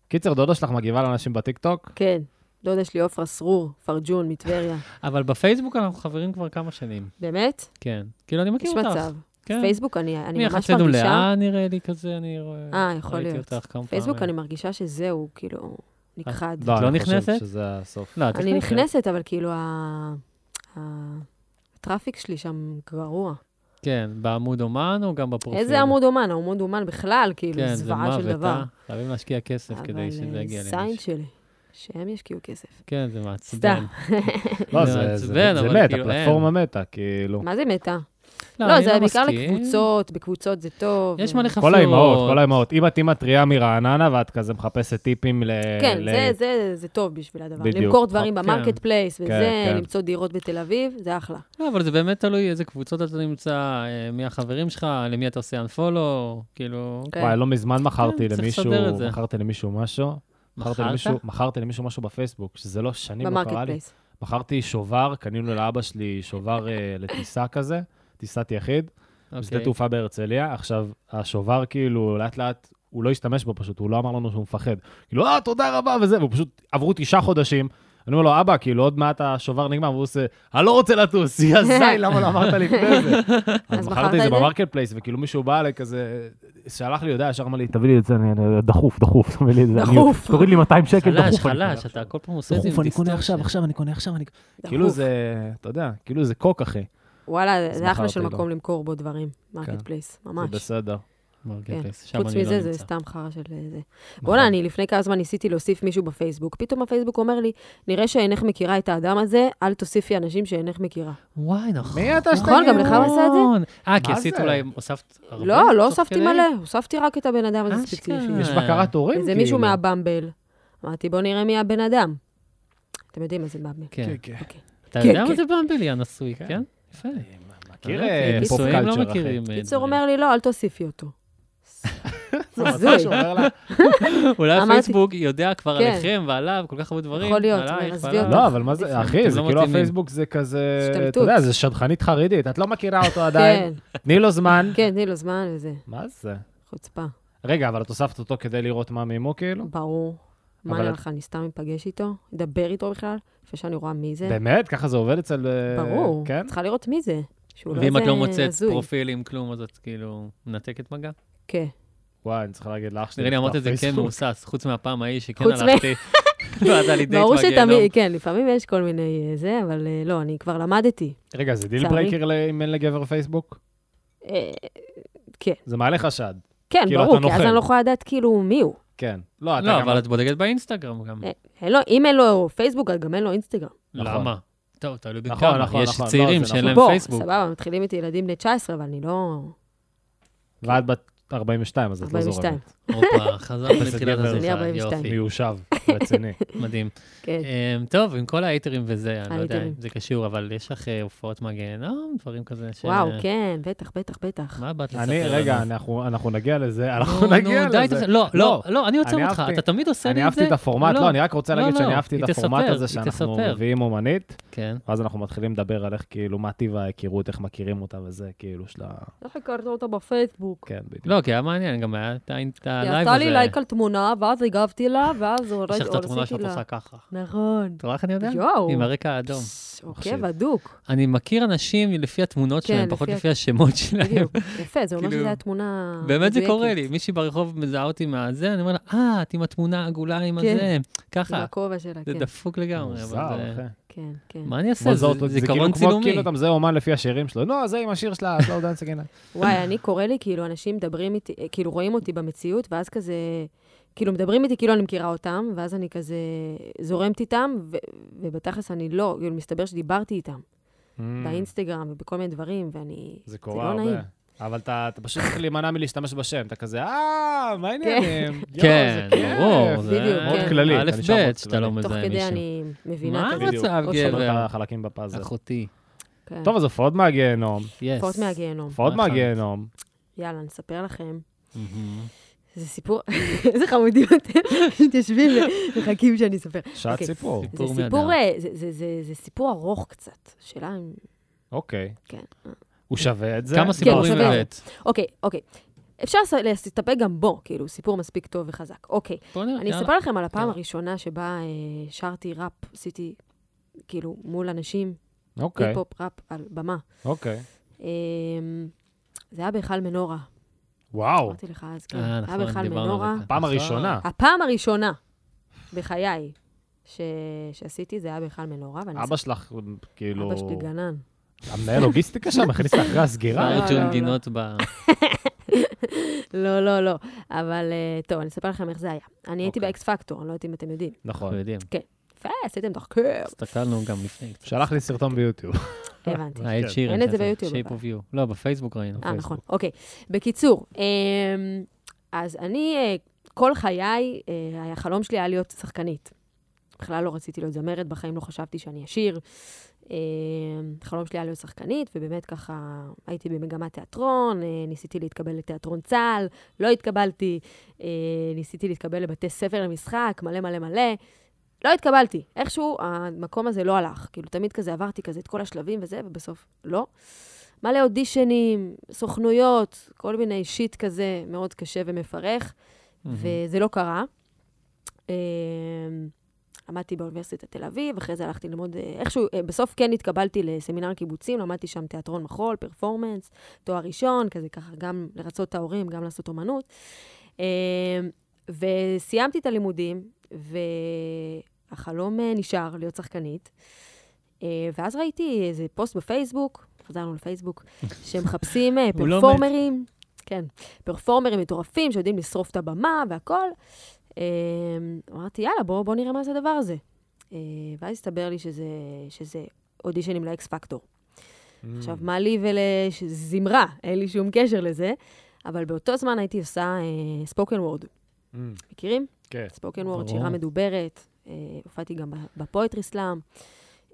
F: קיצר, דודה שלך מגיבה לאנשים בטיקטוק?
H: כן, דודה שלי עופרה סרור, פרג'ון, מטבריה.
G: אבל בפייסבוק אנחנו חברים כבר כמה שנים.
H: באמת?
G: כן. כאילו, אני מכיר
H: יש
G: אותך.
H: מצב.
G: כן.
H: פייסבוק, אני אני
G: מי
H: ממש
G: יחצנו
H: מרגישה...
G: לאן נראה לי כזה, אני רואה.
H: אה, יכול
G: ראיתי
H: להיות.
G: אותך כמה
H: פייסבוק, אני
G: פעמים.
H: מרגישה שזהו, כאילו, נכחד.
G: את לא
F: אני חושב
G: נכנסת?
F: שזה הסוף.
G: לא, את
H: אני
G: נכנסת.
H: נכנסת, אבל כאילו, ה- ה- הטראפיק שלי שם גרוע.
G: כן, בעמוד אומן או גם בפרופיל?
H: איזה עמוד אומן? העמוד אומן בכלל, כאילו,
G: אוקיי. כן, זה
H: זוועה של
G: מוות,
H: דבר.
G: אה? חייבים להשקיע כסף כדי שזה יגיע
H: אבל אה, סיינט
G: למישהו.
H: שלי, שהם ישקיעו כסף.
G: כן, זה
H: סתם.
G: מעצבן.
F: לא,
G: זה
F: זה- זה
G: מעצבן,
F: זה
G: אבל
F: מת,
G: כאילו, אין.
F: הפלטפורמה מתה, כאילו.
H: מה זה מתה?
G: אני
H: לא, זה בעיקר
G: מסכים.
H: לקבוצות, בקבוצות זה טוב.
G: יש
H: ו-
G: מלא חפירות.
F: כל האימהות, כל האימהות. אם את אימא טריה מרעננה ואת כזה מחפשת טיפים ל...
H: כן,
F: ל-
H: זה, זה, זה טוב בשביל הדבר.
F: בדיוק.
H: למכור דברים
G: כן.
H: במרקט פלייס וזה,
F: כן.
H: למצוא דירות בתל אביב, זה אחלה.
G: לא, אבל זה באמת תלוי איזה קבוצות אתה נמצא, אה, מי החברים שלך, למי אתה עושה unfollow, כאילו...
H: כן.
F: וואי, לא מזמן מכרתי
G: כן, צריך
F: למישהו,
G: לסדר את זה.
F: מכרתי למישהו משהו. מכרתי
G: מכרת?
F: למישהו- מכרתי למישהו משהו בפייסבוק, שזה לא שנים לא
H: במרקט
F: קרה לי.
H: פלייס.
F: מכרתי שובר, קנינו לאבא שלי שובר אה, לטיסה כזה, טיסת יחיד, okay. בשדה
G: אוקיי.
F: תעופה בהרצליה. עכשיו, השובר כאילו, לאט לאט, הוא לא השתמש בו פשוט, הוא לא אמר לנו שהוא מפחד. כאילו, אה, תודה רבה וזה, והוא פשוט, עברו תשעה חודשים. אני אומר לו, אבא, כאילו, עוד מעט השובר נגמר, והוא עושה, אני לא רוצה לטוס, יא זין, למה לא אמרת לפני זה? אז
H: אז מכרת
F: מכרתי את זה
H: את זה?
F: במרקט פלייס, וכאילו מישהו בא אליי כזה, שלח לי הודעה, ישר אמר לי, תביא לי את זה, אני- אני- דחוף, דחוף, תביא לי את זה. אני-
H: דחוף.
F: תוריד לי 200 שקל, דחוף. אני
G: חלש,
F: קונה
G: חלש,
F: עכשיו."
G: אתה כל פעם עושה את זה
C: דחוף,
G: עם
C: אני קונה
G: דיסטורשן.
C: עכשיו, עכשיו אני קונה עכשיו, אני...
F: כאילו
H: דחוף.
F: זה, אתה יודע, כאילו זה קוק, אחי.
H: וואלה,
F: אז
H: זה אחלה של
F: מכרתי לו.
H: מקום למכור בו דברים,
F: כן.
H: מרקט פלייס,
F: זה
H: ממש.
F: בסדר.
G: מרקט פלייס, שם
H: כן, חוץ
G: אני לא
H: מזה, זה
G: נמצא.
H: סתם חרא של אה, זה.
F: נכון.
H: בואנה, אני לפני כמה זמן ניסיתי להוסיף מישהו בפייסבוק. פתאום הפייסבוק אומר לי, נראה שאינך מכירה את האדם הזה, אל תוסיפי אנשים שאינך מכירה.
G: וואי, נכון.
F: מי אתה כאילו?
H: נכון, גם לך הוא עשה את זה?
G: זה? אה, כי
F: מה
G: עשית
F: זה?
G: אולי, הוספת הרבה?
H: לא, לא
G: תוך
H: הוספתי
G: כדי?
H: מלא, הוספתי רק את הבן אדם הזה
G: אשכרה.
H: ספציפי.
F: יש בקרת הורים,
H: וזה
F: כאילו.
H: מישהו מהבמבל. אמרתי, בוא נראה מי הבן אדם. אתם יודעים מה זה במבל.
G: כן.
F: כן.
G: אתה
H: כן,
G: יודע מה
H: כן.
G: זה במבלי הנשוי, כן? יפה.
F: מכיר
G: באמת,
F: אה, פופ
G: נישואים לא
F: קלצ'ר, אחי.
G: מכירים. אה,
H: קיצור,
G: דברים.
H: אומר לי, לא, אל תוסיפי אותו.
F: זה מצחיק שהוא אומר לה,
G: אולי
H: אמרתי-
G: הפייסבוק יודע כבר
H: כן.
G: עליכם ועליו, כל כך הרבה דברים.
H: יכול להיות,
G: עלייך,
H: אבל עזבי
G: ועליו.
H: אותך.
F: לא, אבל מה זה, אחי,
G: אתם
F: זה
G: לא
F: כאילו
G: מתאימים.
F: הפייסבוק זה כזה, אתה
H: השתלטות.
F: יודע, זה שדכנית חרדית, את לא מכירה אותו
H: כן,
F: עדיין, תני לו זמן.
H: כן, תני לו זמן וזה,
F: מה זה?
H: חוצפה.
F: רגע, אבל את הוספת אותו כדי לראות מה מימו, כאילו?
H: ברור. מה
F: אבל
H: נראה
F: את-
H: לך, אני סתם אפגש איתו? אדבר איתו בכלל? לפני שאני רואה מי זה?
F: באמת? ככה זה עובד אצל... אה,
H: ברור.
F: כן?
H: צריכה לראות מי זה. שהוא
G: ואם את
H: איזה
G: לא מוצאת
H: הזוי.
G: פרופיל עם כלום, אז את כאילו מנתקת מגע?
H: כן.
F: וואי, אני צריך להגיד לאח שלי.
G: נראה לי אמרת את זה כן
F: בפייסבוק.
G: מהוסס, חוץ מהפעם ההיא שכן
H: חוץ מ-
G: הלכתי. לא, אז היה לי דייט
H: ברור
G: בגיהנום.
H: שתמיד, כן, לפעמים יש כל מיני אה, זה, אבל אה, לא, אני כבר למדתי.
F: רגע, זה דיל
H: צערי.
F: ברייקר ל- אם אין לגבר פייסבוק?
H: אה,
F: זה מעלה חשד.
H: כן,
F: כאילו,
H: ברור,
F: אתה
H: כי אז
F: נוכל.
H: אני לא יכולה לדעת כאילו מי הוא.
F: כן. לא, אתה
G: לא,
F: גם...
G: אבל את בודקת באינסטגרם גם.
H: אה, אין לו- אם אין לו פייסבוק, אז גם אין לו אינסטגרם.
F: נכון.
G: למה? טוב, תלוי
F: נכון,
G: בכמה.
F: נכון,
G: יש
F: נכון, לא,
G: צעירים
F: זה
G: שאין
F: נכון.
G: להם
H: בוא,
G: פייסבוק.
H: סבבה, מתחילים איתי ילדים בני 19, אבל אני לא...
F: ואת בת 42, אז את לא
H: 42.
F: זורמת.
G: הופה, חזרנו
F: זה
G: לתחילת
F: גבר.
G: הזריחה,
H: אני 42.
G: יופי.
F: מיושב. רציני.
G: מדהים.
H: כן.
G: אמ, טוב, עם כל האייטרים וזה, אני לא יודע
H: האייטרים.
G: אם זה קשור, אבל יש לך אה, הופעות מגנום, דברים כזה ש...
H: וואו, כן, בטח, בטח, בטח.
G: אה. מה באת לספר
F: אני,
G: לנו?
F: רגע, אנחנו אנחנו נגיע לזה, אנחנו
G: נו,
F: נגיע
G: נו, די,
F: לזה.
G: תפס- לא, לא,
F: לא,
G: לא, אני עוצר
F: אני
G: אותך,
F: אהבתי.
G: אתה תמיד עושה לי את זה.
F: אני אהבתי את הפורמט, לא, אני רק רוצה
G: לא,
F: להגיד
G: לא,
F: שאני אהבתי את
G: היא
F: הפורמט
G: תספר,
F: הזה
G: היא
F: שאנחנו
G: תספר.
F: מביאים אומנית,
G: כן.
F: ואז אנחנו מתחילים לדבר על איך, כאילו, מה טיב ההיכרות, איך מכירים אותה וזה, כאילו, של ה...
H: איך הכרנו אותה בפייסבוק?
F: כן, בדיוק.
G: לא, כי היה מעניין, גם היה את ה- את
H: היא
G: הלייב הזה.
H: עשתה לי לייק על תמונה, ואז הגבתי לה, ואז הורד-
G: יש לך את התמונה
H: הורדתי
G: שאת
H: לה.
G: עושה ככה.
H: נכון.
G: את רואה איך אני יודע?
H: יואו.
G: עם הרקע האדום.
H: פס, אוקיי, עוקב הדוק.
G: אני מכיר אנשים לפי התמונות
H: כן,
G: שלהם, פחות
H: לפי
G: לפי השמות שלהם.
H: בדיוק. יפה, זה אומר
G: כאילו,
H: שזו הייתה תמונה...
G: באמת זה
H: מדויקת.
G: קורה לי, מישהי ברחוב מזהה אותי מהזה, אני אומר לה, אה, את עם התמונה העגולה עם
H: כן.
G: הזה.
H: עם
G: ככה,
H: הכובע שלה,
G: זה
H: כן.
G: דפוק לגמרי, אבל
F: מוזר,
G: זה...
F: אחי.
H: כן, כן.
G: מה אני אעשה?
F: מה זה
G: זה
F: אותו- זה
G: זיכרון
F: כאילו כמו
G: צילומי.
F: כאילו אתה מזהה אומן לפי השירים שלו. לא, זה עם השיר שלה, slow dance again.
H: וואי, אני קורא לי, כאילו, אנשים מדברים איתי, אה, כאילו, רואים אותי במציאות, ואז כזה, כאילו, מדברים איתי כאילו אני מכירה אותם, ואז אני כזה זורמת איתם, ו- ובתכלס אני לא, כאילו, מסתבר שדיברתי איתם באינסטגרם ובכל מיני דברים, ואני...
F: Mm. זה
H: לא
F: קורה הרבה.
H: נעים.
F: אבל אתה אתה פשוט צריך להימנע מלהשתמש בשם, אתה כזה, אה, מה העניינים? יואו,
G: כן,
F: זה כיף."
G: ברור, זה
H: בדיוק,
F: מאוד
H: כן.
F: כללי,
G: א'
F: אני שם
G: ב',
F: עוד
G: שאתה לא
F: כללי.
H: תוך
G: מזהה
H: כדי
G: מישהו.
H: אני מבינה
G: מה
H: את זה.
F: בדיוק.
G: המצב,
F: עוד שלושה
G: גבר?
F: חלקים בפאזל.
G: אחותי.
H: כן.
F: טוב, אז הופעות מהגיהנום.
G: יס.
H: תופעות מהגיהנום.
F: הופעות
G: נכון.
F: מהגיהנום.
H: יאללה, נספר לכם.
G: מהגיהנום.
H: זה סיפור, איזה חמודים אתם מתיישבים ומחכים שאני אספר.
F: שעת
H: אוקיי.
F: סיפור.
H: זה
G: סיפור
H: סיפור,
G: מהדר.
H: אה, זה- זה- זה- זה סיפור ארוך קצת. שאלה אם...
F: אוקיי.
H: כן.
F: הוא שווה את זה?
G: כמה סיפורים
H: שווה.
G: הבאת?
H: אוקיי, אוקיי. אפשר לס- להסתפק גם בו, כאילו, סיפור מספיק טוב וחזק. אוקיי,
G: בוא נראה,
H: אני
G: יאללה.
H: אספר לכם על הפעם
G: יאללה.
H: הראשונה שבה אה, שרתי ראפ, עשיתי, כאילו, מול אנשים,
F: אוקיי,
H: היפ-הופ ראפ על במה.
F: אוקיי.
H: אה, זה היה בהיכל מנורה,
F: וואו,
H: אמרתי לך אז, כן.
G: אה,
H: זה היה
G: נכון,
H: בהיכל
G: דיברנו
H: מנורה.
G: על זה.
F: פעם
G: נכון.
F: הראשונה.
H: הפעם הראשונה בחיי ש... שעשיתי, זה היה בהיכל מנורה, ואני
F: אבא שלך, כאילו...
H: אבא שלי גנן.
F: המנהל לוגיסטיקה שם הכניס לך אחרי הסגירה?
H: לא, לא,
G: ארג'ון
H: לא.
G: גינות ב...
F: נכון.
H: לא, לא, לא. אבל אה, טוב, אני אספר לכם איך זה היה. אני הייתי
F: אוקיי.
H: באקס פקטור, אני לא יודעת אם אתם יודעים.
F: נכון.
G: אנחנו יודעים.
H: יפה, עשיתם תחקיר.
G: הסתכלנו גם לפני קצת.
F: שלח לי סרטון ביוטיוב. אוקיי.
H: הבנתי.
G: היה
F: כן.
G: את שירן.
H: אין את זה
G: שעשה,
H: ביוטיוב,
G: Shape
H: אבל.
G: of You. לא, בפייסבוק ראינו.
H: אה, נכון, אוקיי. בקיצור, אמ, אז אני, אה, כל חיי, אה, החלום שלי היה להיות שחקנית. בכלל לא רציתי להיות זמרת, בחיים לא חשבתי שאני אשיר. אמ, החלום שלי היה להיות שחקנית, ובאמת ככה הייתי במגמת תיאטרון, אה, ניסיתי להתקבל לתיאטרון צה"ל, לא התקבלתי, אה, ניסיתי להתקבל לבתי ספר למשחק, מלא מלא מלא. לא התקבלתי. איכשהו המקום הזה לא הלך. כאילו, תמיד כזה עברתי כזה את כל השלבים וזה, ובסוף לא. מלא אודישנים, סוכנויות, כל מיני שיט כזה מאוד קשה ומפרך, וזה לא קרה. אה, למדתי באוניברסיטת תל אביב, אחרי זה הלכתי ללמוד אה, איכשהו, אה, בסוף כן התקבלתי לסמינר קיבוצים, למדתי שם תיאטרון מחול, פרפורמנס, תואר ראשון, כזה ככה, גם לרצות את ההורים, גם לעשות אומנות. אה, וסיימתי את הלימודים, והחלום אה, נשאר להיות שחקנית. אה, ואז ראיתי איזה פוסט בפייסבוק, חזרנו לפייסבוק, שמחפשים אה,
G: הוא לא מת.
H: פרפורמרים, כן, פרפורמרים מטורפים שיודעים לשרוף את הבמה והכול. אה, אמרתי, יאללה, בואו בוא נראה מה זה הדבר הזה. אה, ואז הסתבר לי שזה, שזה אודישנים לאקס פקטור.
F: Mm.
H: עכשיו, מה לי ולזמרה? אין לי שום קשר לזה, אבל באותו זמן הייתי עושה ספוקן וורד.
F: Mm,
H: מכירים?
F: כן.
H: ספוקן וורד,
G: ברור.
H: שירה מדוברת, אה, הופעתי גם ב- בפואטרי סלאם,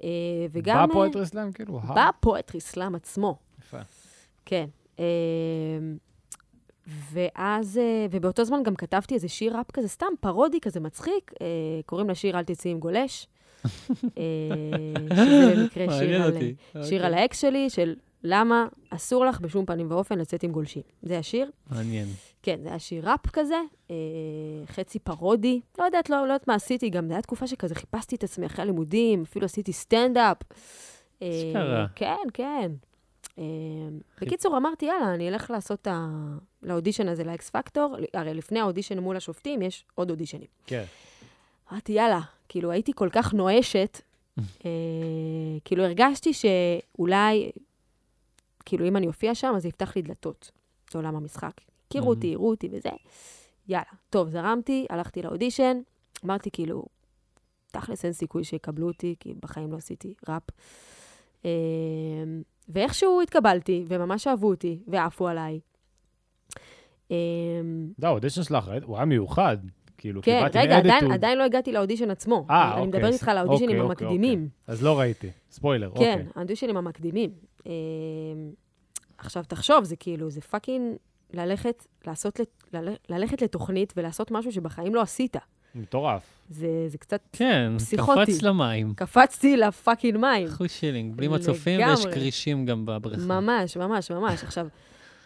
H: אה, וגם... אה,
F: בפואטרי סלאם, כאילו, וואו.
H: בפואטרי סלאם עצמו.
F: יפה.
H: כן. אה, ואז, אה, ובאותו זמן גם כתבתי איזה שיר ראפ כזה, סתם פרודי כזה מצחיק, אה, קוראים לשיר "אל תצאי עם גולש", אה, שזה במקרה שיר על... אה, שיר
G: אוקיי.
H: על האקס שלי, של למה אסור לך בשום פנים ואופן לצאת עם גולשים. זה השיר.
G: מעניין.
H: כן, זה היה שיר ראפ כזה, אה, חצי פרודי. לא יודעת, לא, לא יודעת מה עשיתי, גם זו הייתה תקופה שכזה חיפשתי את עצמי אחרי הלימודים, אפילו עשיתי סטנדאפ. אה,
G: אשכרה.
H: כן, כן. אה, בקיצור, אמרתי, יאללה, אני אלך לעשות את ה... לאודישן הזה, לאקס פקטור. הרי לפני האודישן מול השופטים יש עוד אודישנים.
F: כן.
H: אמרתי, יאללה, כאילו, הייתי כל כך נואשת, אה, כאילו, הרגשתי שאולי, כאילו, אם אני אופיע שם, אז זה יפתח לי דלתות לעולם המשחק. הכירו אותי, יראו אותי וזה. יאללה, טוב, זרמתי, הלכתי לאודישן, אמרתי, כאילו, תכלס אין סיכוי שיקבלו אותי, כי בחיים לא עשיתי ראפ. אה, ואיכשהו התקבלתי, וממש אהבו אותי, ועפו עליי. אה,
F: לא, האודישן שלך, ראית? הוא היה מיוחד. כאילו, כי
H: כן,
F: באתי
H: רגע, עדיין,
F: מ-attitude.
H: עדיין לא הגעתי לאודישן עצמו.
F: אה,
H: אני
F: אוקיי.
H: מדברת איתך על האודישנים
F: אוקיי, אוקיי,
H: המקדימים.
F: אוקיי. אז לא ראיתי, ספוילר,
H: כן,
F: אוקיי.
H: האודישנים המקדימים. אה, עכשיו, תחשוב, זה כאילו, זה פאקינג ללכת, לעשות, לת- ללכת- ללכת לתוכנית ולעשות משהו שבחיים לא עשית.
F: מטורף.
H: זה, זה קצת...
G: כן,
H: פסיכוטי.
G: קפץ למים.
H: קפצתי לפאקינג מים.
G: אחוז שילינג, בלי מצופים, ויש
H: כן. לגמרי.
G: כרישים גם בבריכה.
H: ממש, ממש, ממש. עכשיו,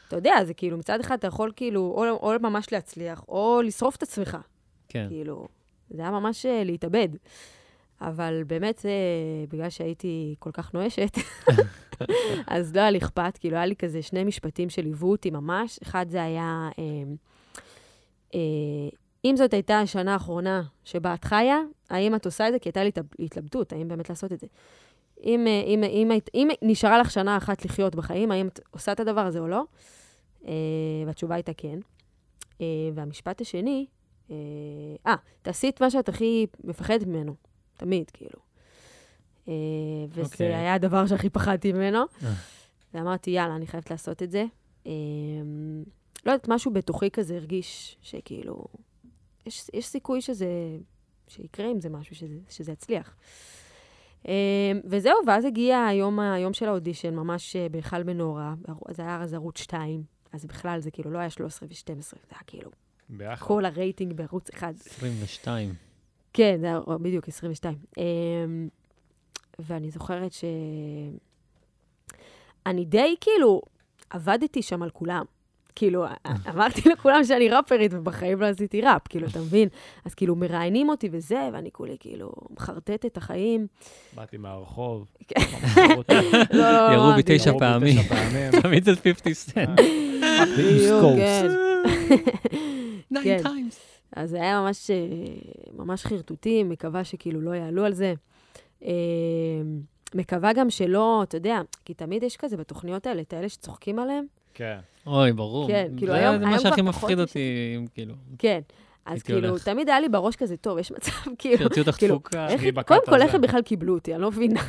H: אתה יודע, זה כאילו, מצד אחד אתה יכול כאילו, או, או ממש להצליח, או לשרוף את עצמך.
G: כן.
H: כאילו, זה היה ממש אה, להתאבד. אבל באמת, אה, בגלל שהייתי כל כך נואשת, אז לא היה לי אכפת, כאילו, היה לי כזה שני משפטים שליוו אותי ממש. אחד זה היה, אה, אה, אם זאת הייתה השנה האחרונה שבה את חיה, האם את עושה את זה? כי הייתה לי התאב- התלבטות, האם באמת לעשות את זה. אם, אה, אם, אם, היית- אם נשארה לך שנה אחת לחיות בחיים, האם את עושה את הדבר הזה או לא? אה, והתשובה הייתה כן. אה, והמשפט השני, אה, אה, תעשי את מה שאת הכי מפחדת ממנו, תמיד, כאילו. אה, וזה
G: אוקיי.
H: היה הדבר שהכי פחדתי ממנו.
G: אה.
H: ואמרתי, יאללה, אני חייבת לעשות את זה. אה, לא יודעת, משהו בתוכי כזה הרגיש שכאילו, יש, יש סיכוי שזה, שיקרה עם זה משהו, שזה, שזה יצליח. אה, וזהו, ואז הגיע היום, ה- היום של האודישן, ממש אה, בהיכל מנורה, בערו- זה היה אז ערוץ 2, אז בכלל זה כאילו לא היה 13 ו-12, זה היה כאילו
F: ביחד.
H: כל הרייטינג בערוץ אחד.
G: 22.
H: כן, זה היה בדיוק 22. אמ, ואני זוכרת ש... אני די כאילו עבדתי שם על כולם. כאילו, א- א- אמרתי לכולם שאני ראפרית, ובחיים לא עשיתי ראפ, כאילו, אתה מבין? אז כאילו, מראיינים אותי וזה, ואני כולי כאילו מחרטטת את החיים.
F: באתי מהרחוב.
H: כן.
F: אמרו אותי,
H: לא, לא, לא,
G: ירו בי
H: אמרתי,
G: תשע
F: אמרו לי
G: פעמים.
F: תשע פעמים. אה,
G: תמיד זה 50
H: כן.
G: סנט.
F: East
H: בדיוק, כן.
F: Coast.
H: כן.
G: nine times.
H: אז זה היה ממש, אה, ממש חרטוטים, מקווה שכאילו לא יעלו על זה. אה, מקווה גם שלא, אתה יודע, כי תמיד יש כזה בתוכניות האלה, את האלה שצוחקים עליהם.
F: כן.
G: אוי, ברור.
H: כן, כאילו,
G: זה-
H: היום-
G: זה
H: היום
G: מה שהכי
H: כבר
G: מפחיד
H: פחות
G: אותי, אם כאילו.
H: כן. אז
G: הייתי
H: כאילו,
G: הולך.
H: תמיד היה לי בראש כזה, טוב, יש מצב, כאילו,
G: חרטיות
H: כאילו,
G: התפוקה.
H: איך,
F: אני בקטע
H: קודם כל,
F: הזה.
H: איך הם בכלל קיבלו אותי? אני לא מבינה.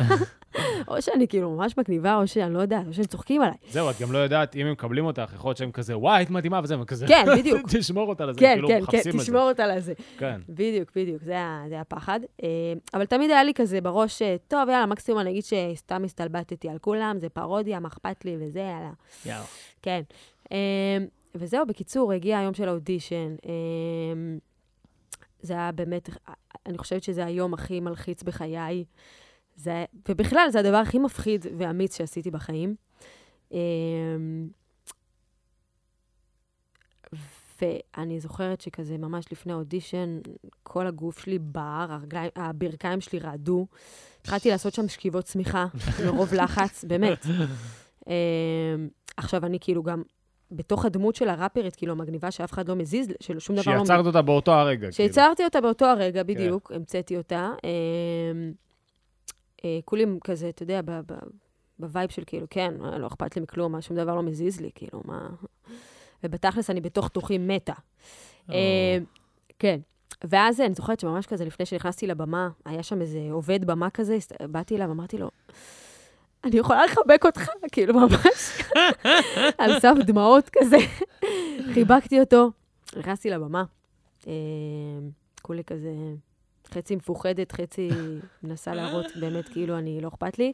H: או שאני כאילו ממש מגניבה, או שאני לא יודעת, או שהם צוחקים עליי.
F: זהו, את גם לא יודעת אם הם מקבלים אותך, יכול להיות שהם כזה, וואי, היית מדהימה וזה, וכזה.
H: כן, בדיוק.
F: תשמור אותה לזה,
H: כן,
F: כאילו,
H: כן, כן,
F: מחפשים את זה.
H: תשמור אותה לזה.
F: כן.
H: בדיוק, בדיוק, זה היה, זה היה פחד. אה, אבל תמיד היה לי כזה בראש, אה, טוב, יאללה, מקסימום אני אגיד שסתם הסתלבטתי על כולם, זה פרודיה, מה אכפת לי וזה, יאללה.
G: יאללה.
H: כן. אה, וזהו, בקיצור, הגיע היום של האודישן. אה, זה היה באמת, אני חושבת שזה היום הכי מלחיץ בחיי. זה, ובכלל, זה הדבר הכי מפחיד ואמיץ שעשיתי בחיים. אה, ואני זוכרת שכזה, ממש לפני האודישן, כל הגוף שלי בער, הרגליים- הברכיים שלי רעדו. התחלתי לעשות שם שכיבות צמיחה מרוב לחץ, באמת. אה, עכשיו, אני כאילו גם בתוך הדמות של הראפרית, כאילו המגניבה שאף אחד לא מזיז, ששום דבר לא...
F: שיצרת אותה באותו הרגע, כאילו.
H: שהצהרתי אותה באותו הרגע בדיוק, המצאתי אותה. אמ, אה, כולי כזה, אתה יודע, ב- ב- בווייב של כאילו, כן, אה, לא אכפת לי מכלום, מה, שום דבר לא מזיז לי, כאילו, מה... ובתכלס אני בתוך תוכי מתה.
G: או.
H: אה, כן. ואז אני זוכרת שממש כזה, לפני שנכנסתי לבמה, היה שם איזה עובד במה כזה, הסת- באתי אליו, אמרתי לו, אני יכולה לחבק אותך? כאילו, ממש על סף דמעות כזה. חיבקתי אותו, נכנסתי לבמה. אה, כולי כזה, חצי מפוחדת, חצי מנסה להראות באמת כאילו אני, לא אכפת לי.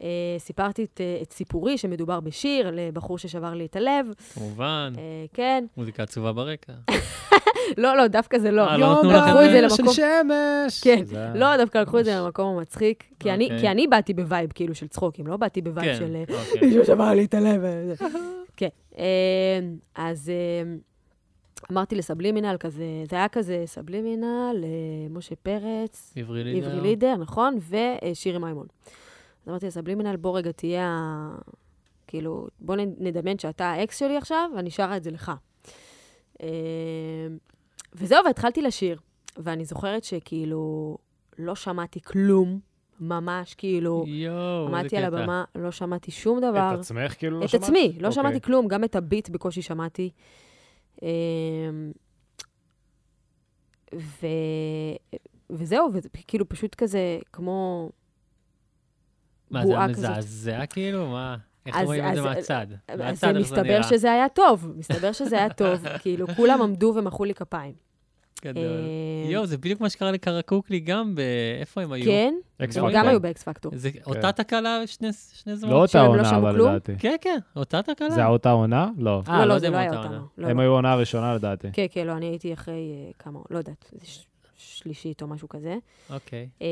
H: אה, סיפרתי את, אה, את סיפורי, שמדובר בשיר לבחור ששבר לי את הלב.
G: כמובן,
H: אה, כן.
G: מוזיקה עצובה ברקע.
H: לא, לא, דווקא זה לא.
G: אה, לא נתנו
H: לקחו את זה למקום...
F: שמש.
H: כן.
F: זה היה-
H: לא, דווקא לקחו את זה למקום המצחיק, כי אני-
G: אוקיי.
H: כי אני באתי בווייב כאילו של צחוקים, לא באתי בווייב
G: כן,
H: של... אה,
G: אוקיי.
H: מישהו שבר לי את הלב. וזה. כן. אה, אז אה, אמרתי לסבלימינל כזה, זה היה כזה סבלימינל, אה, משה פרץ,
G: עברי לידר.
H: עברי לידר, נכון, ושירי מימון. אז אמרתי לסבלימינל, בוא רגע תהיה, ה- כאילו, בוא נ- נדמיין שאתה האקס שלי עכשיו, ואני שרה את זה לך. אה, וזהו, והתחלתי לשיר. ואני זוכרת שכאילו, לא שמעתי כלום, ממש, כאילו,
G: יואו, איזה
H: עמדתי על
G: קטע.
H: הבמה, לא שמעתי שום
F: את
H: דבר.
F: עצמך, כאילו, לא
H: את
F: שמעת?
H: עצמי, לא
F: אוקיי.
H: שמעתי כלום, גם את הביט בקושי שמעתי. אמ, ו... וזהו, וכאילו פשוט כזה, כמו...
G: מה, זה היה
H: בועה כזאת.
G: מזעזע כאילו? מה? איך
H: אז-
G: רואים את זה
H: אז-
G: מהצד?
H: אז
G: מהצד, איך זה
H: מסתבר
G: נראה?
H: שזה היה טוב, מסתבר שזה היה טוב. כאילו, כולם עמדו ומחאו לי כפיים.
G: גדול.
H: אה,
G: יואו, זה בדיוק מה שקרה לקרקוקלי גם ב... איפה הם היו?
H: כן,
F: אקס
H: הם
G: אוקיי.
H: גם
F: פקטור.
H: היו באקס פקטור.
G: זה אותה תקלה שני שני
F: כן. לא
G: זמנים?
F: אותה
H: שהם לא
F: עונה,
H: שמעו
F: אבל
H: כלום?
F: לדעתי.
G: כן, כן, אותה תקלה.
F: זה אותה עונה? לא.
G: אה,
H: לא,
G: לא
H: לא,
G: יודע
H: זה
G: אם
H: לא היה
G: אותה
H: אותנו.
G: עונה.
H: לא,
F: הם
H: לא.
F: היו העונה הראשונה לדעתי.
H: כן, כן, לא, אני הייתי אחרי אה, כמה, לא יודעת, איזה ש- שלישית או משהו כזה.
G: אוקיי.
H: אמ,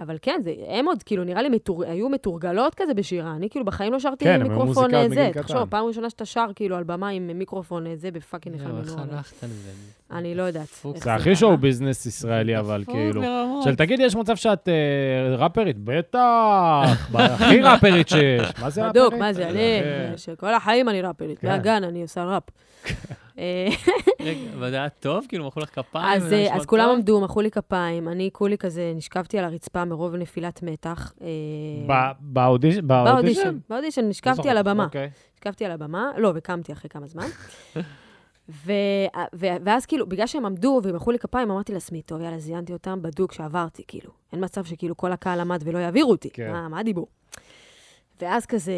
H: אבל כן, זה, הם עוד, כאילו, נראה לי, מתור, היו מתורגלות כזה בשירה. אני כאילו בחיים לא שרתי
F: כן,
H: עם
F: הם היו
H: מיקרופון אה,
F: מוזיקאיות
H: זה.
F: מגיל
H: תחשוב,
F: קטן.
H: פעם ראשונה שאתה שר, כאילו, על במה עם מיקרופון אה, זה בפאקינג אחד
G: יואו, איך
H: מנוע.
G: הלכת על זה?
H: אני לא יודעת.
G: דפוק.
H: איך
F: זה הכי
H: קרה.
F: שואו ביזנס ישראלי, אבל
G: דפוק
F: כאילו.
G: ברמות.
F: של תגיד, יש מצב שאת אה, ראפרית? בטח, הכי ראפרית שיש. מה זה ראפרית?
H: בדוק, מה זה, אני,
F: כן.
H: שכל החיים אני ראפרית,
F: כן.
H: מהגן אני עושה ראפ. אה,
G: רגע, אבל זה היה טוב? כאילו, מחאו לך כפיים?
H: אז,
G: זה היה
H: אה,
G: נשמע
H: אז כולם
G: טוב?
H: עמדו, מחאו לי כפיים, אני כולי כזה, נשכבתי על הרצפה מרוב נפילת מתח. אה,
F: ב- באודיש- באודישן?
H: באודישן, באודישן,
F: לא
H: נשכבתי על
F: זוכר.
H: הבמה.
F: אוקיי.
H: נשכבתי על הבמה, לא, וקמתי אחרי כמה זמן. ו... ו... ואז כאילו, בגלל שהם עמדו והם מחאו לי כפיים, אמרתי לעצמי, טוב, יאללה, זיינתי אותם בדוק שעברתי, כאילו. אין מצב שכאילו כל הקהל עמד ולא יעבירו אותי.
F: כן.
H: מה, מה הדיבור? ואז כזה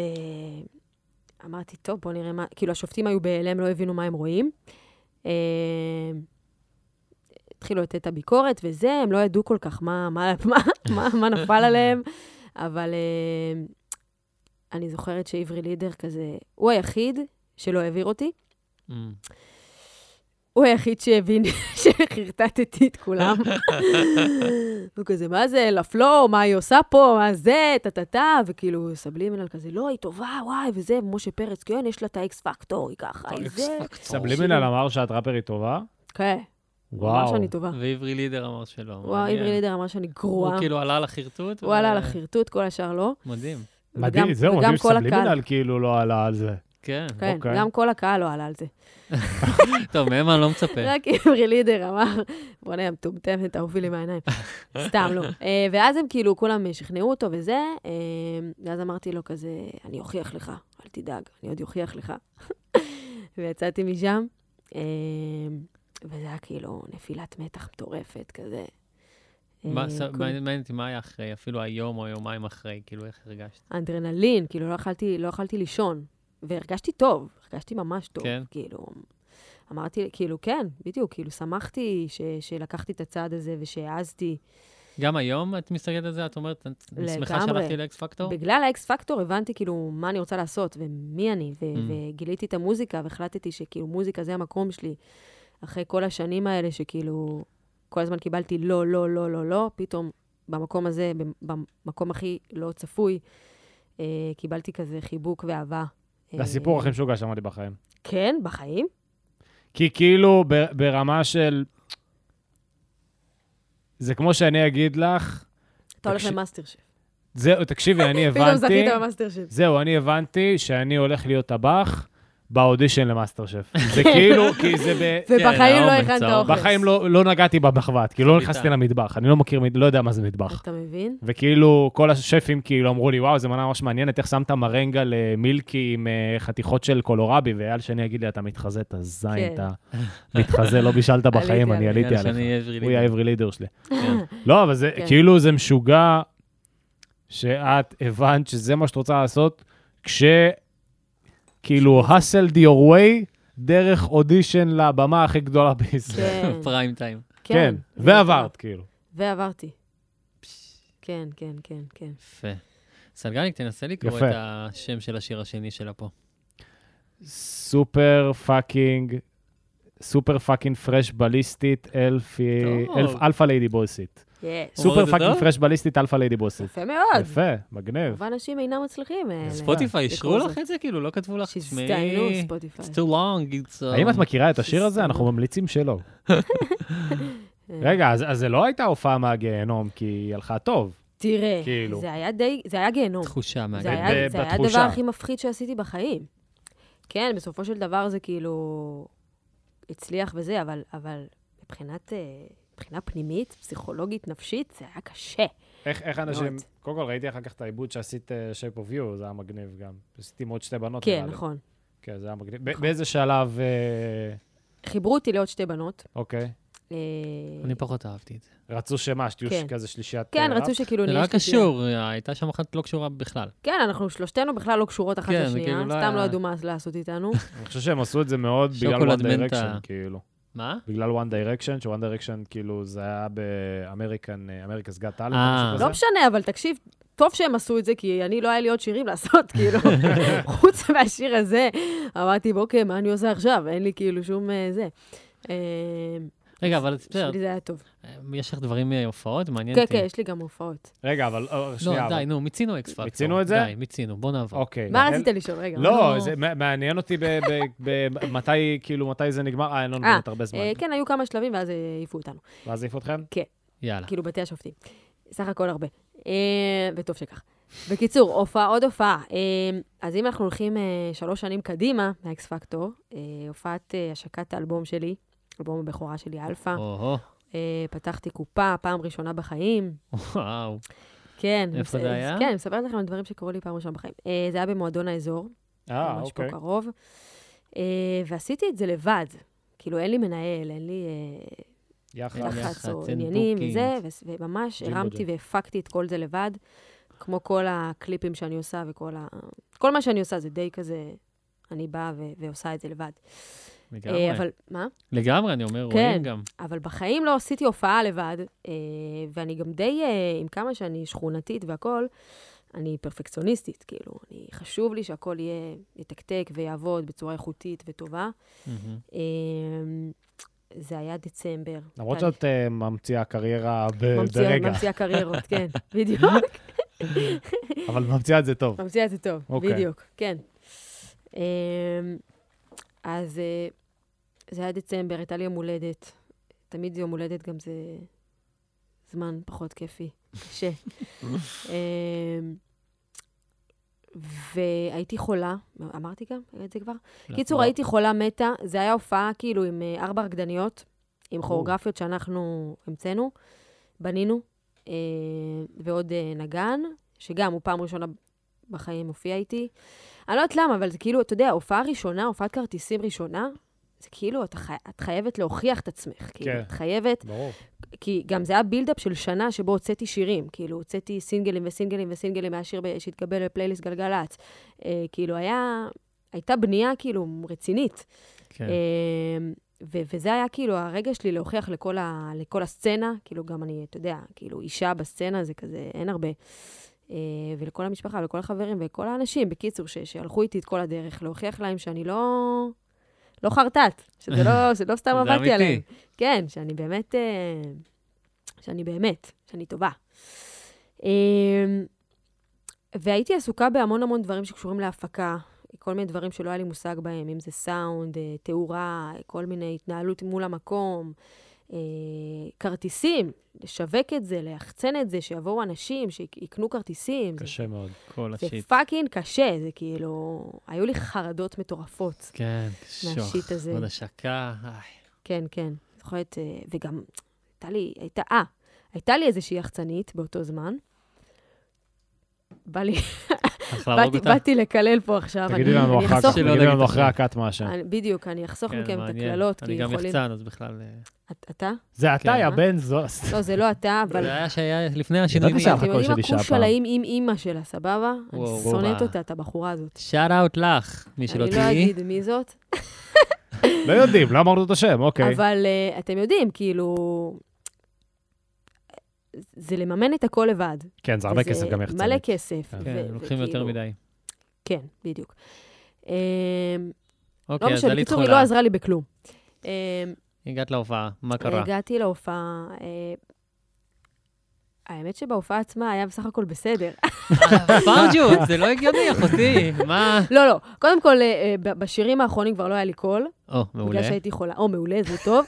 H: אמרתי, טוב, בוא נראה מה... כאילו, השופטים היו בהלם, לא הבינו מה הם רואים. אה, התחילו לתת את הביקורת וזה, הם לא ידעו כל כך מה, מה, מה, מה, מה נפל עליהם, אבל אה, אני זוכרת שעברי לידר כזה, הוא היחיד שלא העביר אותי,
G: אמ.
H: הוא היחיד שהבין שחרטטתי את כולם. הוא כזה, מה זה, לפלואו, מה היא עושה פה, מה זה, טה-טה-טה, וכאילו, סבלימינל כזה, לא, היא טובה, וואי, וזה, משה פרץ, כן, יש לה את האקס פקטור, היא ככה, היא זה.
F: סבלימינל אמר שאת ראפרית טובה?
H: כן, הוא אמר
F: וואו.
H: שאני טובה.
G: Mm. ועברי לידר אמר שלא.
H: וואי,
G: מעניין.
H: עברי לידר אמר שאני גרועה.
G: הוא כאילו עלה על החרטוט?
H: הוא עלה
G: ו-
H: על החרטוט, כל השאר לא.
G: מדהים,
F: מדהים,
H: וגם-
F: זהו,
H: וגם
F: מדהים
H: כל הקהל.
F: שסבלימינל כאילו לא עלה על זה.
G: כן.
H: כן,
F: אוקיי.
H: גם כל הקהל לא עלה על זה.
G: טוב, מהם אני לא מצפה.
H: רק עברי לידר אמר, בוא'נה, המטומטמת, תעופי לי מהעיניים. סתם, לא. אה, ואז הם כאילו, כולם שכנעו אותו וזה, אה, ואז אמרתי לו כזה, אני אוכיח לך, אל תדאג, אני עוד אוכיח לך. ויצאתי משם, אה, וזה היה כאילו נפילת מתח מטורפת כזה. אה,
G: מה, ס-
H: כל-
G: מעניין מעניין אותי מה היה אחרי, אפילו היום או יומיים אחרי, כאילו, איך הרגשת?
H: אדרנלין, כאילו, לא יכלתי, לא יכלתי לישון. והרגשתי טוב, הרגשתי ממש טוב.
G: כן.
H: כאילו, אמרתי, כאילו, כן, בדיוק, כאילו, שמחתי ש, שלקחתי את הצעד הזה ושהעזתי.
G: גם היום את מסתכלת על זה, את אומרת, את שמחה
H: לגמרי.
G: שהלכתי לאקס פקטור?
H: בגלל האקס פקטור הבנתי, כאילו, מה אני רוצה לעשות ומי אני, ו- וגיליתי את המוזיקה, והחלטתי שכאילו, מוזיקה זה המקום שלי. אחרי כל השנים האלה שכאילו, כל הזמן קיבלתי לא, לא, לא, לא, לא, פתאום במקום הזה, במ- במקום הכי לא צפוי, אה, קיבלתי כזה חיבוק ואהבה.
F: זה הסיפור
H: אה,
F: הכי משוגע שמעתי בחיים.
H: כן, בחיים.
F: כי כאילו, ב- ברמה של... זה כמו שאני אגיד לך,
H: אתה הולך
F: תקשיב-
H: למאסטר שף.
F: זהו, תקשיבי, אני
H: פתאום
F: הבנתי,
H: זכית במאסטר שף.
F: זהו, אני הבנתי שאני הולך להיות טבח באודישן למאסטר שף. זה כאילו, כי זה ב...
H: ובחיים
G: כן,
H: לא
G: העומק,
H: הכנת
G: צהוב.
H: אוכל.
F: בחיים לא לא נגעתי במחבת, כאילו לא
G: שליטה.
F: נכנסתי למטבח, אני לא מכיר, מ- לא יודע מה זה מטבח.
H: אתה מבין?
F: וכאילו, כל השפים כאילו אמרו לי, וואו, זו מנה ממש מעניינת, איך שמת מרנגה למילקי עם אה, חתיכות של קולורבי, ואייל שני יגיד לי, אתה מתחזה, אתה זין,
H: כן.
F: אתה מתחזה, לא בישלת בחיים, אני
H: עליך.
F: עליתי
G: יאללה,
F: עליך.
G: שאני אעברי
F: הוא
G: לידר.
F: יהיה העברי לידר שלי.
G: כן.
F: לא, אבל זה,
H: כן.
F: כאילו זה משוגע שאת הבנת שזה מה שאת רוצה לעשות, כש... כאילו, hustled your way דרך אודישן לבמה הכי גדולה בישראל.
H: כן,
G: פריים טיים.
F: כן,
H: זה
F: ועברת, כאילו.
H: נכון. ועברתי. כן, כן, כן, כן.
G: יפה. סלגניק, תנסה לקרוא
F: יפה.
G: את השם של השיר השני שלה פה.
F: סופר פאקינג, סופר פאקינג פרש בליסטית, אלפי,
G: טוב.
F: אלף- אלפא ליידי בוסית.
H: יש.
F: סופר
G: אומרת את
F: פאקינג
G: זה?
F: פרש בליסטית, אלפא ליידי בוסית.
H: יפה מאוד.
F: יפה, מגניב.
H: רוב האנשים אינם מצליחים. אה, ל-
G: ספוטיפיי,
H: לקרוא
G: אישרו
H: זאת.
G: לך את זה? כאילו, לא כתבו לך, תשמעי...
H: שהסתיינו
G: It's
H: ספוטיפיי.
G: too long, it's... uh,
F: האם את מכירה את השיר הזה?
H: סתם.
F: אנחנו ממליצים שלא.
H: אה,
F: רגע, אז אז זה לא הייתה הופעה מהגיהנום, כי היא הלכה טוב.
H: תראה,
F: כאילו.
H: זה היה די, זה היה גיהנום.
G: תחושה
H: זה
G: מהגן.
H: היה
F: ב-
H: זה היה
F: בתחושה.
H: הדבר הכי מפחיד שעשיתי בחיים. כן, בסופו של דבר זה כאילו הצליח וזה, אבל, אבל מבחינת, אה, מבחינה פנימית, פסיכולוגית, נפשית, זה היה קשה.
F: איך
H: לא
F: איך אנשים...
H: מאוד.
F: קודם כל, ראיתי אחר כך את העיבוד שעשית אה, Shape of You, זה היה מגניב גם. עשיתי עם עוד שתי בנות.
G: אוקיי,
F: נראה
H: כן,
F: לי.
H: נכון.
F: כן, זה היה מגניב. ב- באיזה שלב... אה,
H: חיברו אותי לעוד שתי בנות.
F: אוקיי.
H: אה,
G: אני פחות אהבתי את זה.
H: לא,
F: רצו שמה, שתהיו
H: כן.
F: כזה שלישיית...
H: כן,
F: אה,
H: רצו שכאילו
G: זה
H: נהיה
G: לא היה
H: שלישייה.
G: קשור, הייתה שם אחת לא קשורה בכלל.
H: כן, אנחנו שלושתנו בכלל לא קשורות אחת
G: כן, זה
H: לשנייה,
G: כאילו לא
H: סתם
G: היה-
H: לא ידעו מה לעשות איתנו.
F: אני חושב שהם עשו את זה מאוד בגלל One
G: שוקולד מנטה.
F: Direction, כאילו.
G: מה?
F: בגלל One Direction, ש-One Direction כאילו זה היה באמריקן, אמריקה סגת טאלנט,
G: אה.
F: משהו כזה.
H: לא משנה, אבל תקשיב, טוב שהם עשו את זה, כי אני לא היה לי עוד שירים לעשות, כאילו, חוץ מהשיר הזה. אמרתי, אוקיי, מה אני עושה עכשיו? אין לי כאילו שום אה, זה. אה,
G: רגע, אבל בסדר,
H: בשבילי זה היה טוב.
G: אה, יש לך דברים מהופעות? מעניין
H: כן,
G: אותי.
H: כן, יש לי גם הופעות.
F: רגע, אבל אה,
G: לא,
F: שנייה.
G: די,
F: אבל-
G: נו, מיצינו אקס פקטור.
F: מיצינו את זה?
G: די, מיצינו, בוא נעבור.
F: אוקיי.
H: מה
F: מעניין-
H: רצית לשאול? רגע.
F: לא, זה מע- מעניין אותי ב- ב- ב- מתי, כאילו, מתי זה נגמר. אה, אין לנו
H: אה,
F: באמת הרבה זמן.
H: אה, כן, היו כמה שלבים, ואז אה, העיפו אותנו.
F: ואז העיפו אתכם?
G: יאללה.
H: כאילו, בתי השופטים. סך הכל הרבה. אה, וטוב שכך. בקיצור, הופעה, עוד הופעה. אה, אז אם אנחנו הולכים אה, שלוש שנים קדימה מהאקס פקטור, אה, הופעת אה, השקת האלבום שלי, אלבום הבכורה שלי, אלפא,
G: או-הו,
H: אה, פתחתי קופה, פעם ראשונה בחיים.
G: וואו.
H: כן.
G: איפה
H: מס-
G: זה היה?
H: כן, אני מספרת לכם על דברים שקרו לי פעם ראשונה בחיים. אה, זה היה במועדון האזור,
F: אה,
H: ממש לא
F: אוקיי.
H: פה קרוב, אה, ועשיתי את זה לבד. כאילו, אין לי מנהל, אין לי אה,
F: יחד.
G: יחד.
H: לחץ או
G: אין
H: עניינים
G: בוקינג.
H: וזה, וס- וממש
F: ג'ימבו
H: הרמתי
F: ג'ים.
H: והפקתי את כל זה לבד, כמו כל הקליפים שאני עושה וכל ה... כל מה שאני עושה זה די כזה, אני באה ו- ועושה את זה לבד. אה,
G: לגמרי.
H: אבל, מה?
G: לגמרי, אני אומר, רואים
H: כן.
G: גם.
H: אבל בחיים לא עשיתי הופעה לבד, אה, ואני גם די, אה, עם כמה שאני שכונתית והכול, אני פרפקציוניסטית, כאילו, אני, חשוב לי שהכל יהיה, יתקתק ויעבוד בצורה איכותית וטובה.
G: מהמם.
H: אה, זה היה דצמבר.
F: למרות אה,
H: תהליך-
F: שאת אה, ממציאה קריירה ב-
H: ממציאה-
F: ברגע,
H: ממציאה קריירות, כן, בדיוק.
F: אבל ממציאה את זה טוב.
H: ממציאה את זה טוב,
F: אוקיי.
H: בדיוק, כן. אמ, אז אה, זה היה דצמבר, הייתה לי יום הולדת. תמיד יום הולדת גם זה זמן פחות כיפי, קשה. אמ, והייתי חולה, אמרתי גם את זה כבר?
G: לא,
H: קיצור,
G: לא.
H: הייתי חולה מתה, זה היה הופעה כאילו עם אה, ארבע רקדניות, עם כוריאוגרפיות שאנחנו המצאנו, בנינו, אה, ועוד אה, נגן, שגם הוא פעם ראשונה בחיים הופיע איתי. אני לא יודעת למה, אבל זה כאילו, אתה יודע, הופעה ראשונה, הופעת כרטיסים ראשונה, זה כאילו, את, חי... את חייבת להוכיח את עצמך. כאילו,
F: כן.
H: את חייבת,
F: ברור.
H: כי גם זה היה בילדאפ של שנה שבו הוצאתי שירים. כאילו, הוצאתי סינגלים וסינגלים וסינגלים מהשיר ב- שהתקבל לפלייליסט גלגלצ. אה, כאילו, היה... הייתה בנייה כאילו רצינית.
G: כן.
H: אמ, ו- וזה היה כאילו הרגע שלי להוכיח לכל, ה- לכל הסצנה, כאילו גם אני, אתה יודע, כאילו אישה בסצנה זה כזה, אין הרבה. אה, ולכל המשפחה, ולכל החברים, ולכל האנשים, בקיצור, ש- שהלכו איתי את כל הדרך, להוכיח להם שאני לא... לא חרטט, שזה לא, שלא סתם
G: זה
H: עבדתי
G: אמיתי.
H: עליהם. כן, שאני באמת... אה, שאני באמת, שאני טובה. אה, והייתי עסוקה בהמון המון דברים שקשורים להפקה, כל מיני דברים שלא היה לי מושג בהם, אם זה סאונד, אה, תאורה, כל מיני התנהלות מול המקום, אה, כרטיסים, לשווק את זה, ליחצן את זה, שיבואו אנשים, שיקנו כרטיסים. זה-
F: קשה מאוד.
G: כל
H: זה
G: השיט.
H: פאקינג קשה, זה כאילו... היו לי חרדות מטורפות.
G: כן,
H: מהשיט
G: שוח.
H: הזה.
G: עוד השקה. אה,
H: כן, כן. זוכרת, אה, וגם הייתה לי, הייתה, אה, הייתה לי איזושהי יחצנית באותו זמן. בא לי,
G: צריך להרוג
H: באתי,
G: אותה.
H: באתי לקלל פה עכשיו.
F: לא תגידי
H: אני-
F: לנו
H: אני
F: אחר כך,
H: אחסוך- אה.
G: שלא
F: תגידי לנו
G: נגיד
F: אחרי
G: אחרי.
F: הכת מה השם.
H: אני- בדיוק, אני אחסוך
G: כן,
H: מכם את
G: מעניין.
H: הקללות, כי
G: אני גם
H: יכולים...
G: יחצן, אז בכלל... אה,
H: את- אתה?
F: זה
G: כן.
F: אתה, יא בן זו...
H: לא, זה לא אתה, אבל...
G: זה היה שהיה לפני השינויים.
F: שהיה לך
H: אתם
F: הקול
H: יודעים
F: שלי שעה
H: הקוש
F: פעם.
H: על האם עם אימא שלה, סבבה? אני
G: וואו,
H: שונאת
G: וואו.
H: אותה, את הבחורה הזאת.
G: שאט אאוט לך, מי
H: אני
G: שלא
H: לא
G: תהיי.
H: אגיד מי זאת,
G: אוקיי.
F: לא יודעים, לא אמרנו את השם, אוקיי.
H: אבל אה, אתם יודעים, כאילו... זה לממן את הכל לבד.
F: כן, זה הרבה
H: וזה
F: כסף גם יחצן.
H: מלא כסף.
F: כן.
H: ו-
G: כן,
H: ו-
G: לוקחים יותר
H: וכאילו-
G: מדי.
H: כן, בדיוק. אמ, לא
G: אוקיי, אז
H: משנה,
G: עלית
H: בקיצור, היא לא
G: חולה.
H: עזרה לי בכלום. אמ,
G: הגעת להופעה, מה קרה?
H: הגעתי להופעה, אה, האמת שבהופעה עצמה היה בסך הכל בסדר.
G: פרג'ו, זה לא הגיוני, אחותי. מה?
H: לא, לא, קודם כל, אה, אה, ב- בשירים האחרונים כבר לא היה לי קול,
G: או, מעולה.
H: בגלל שהייתי חולה, או מעולה, זה טוב.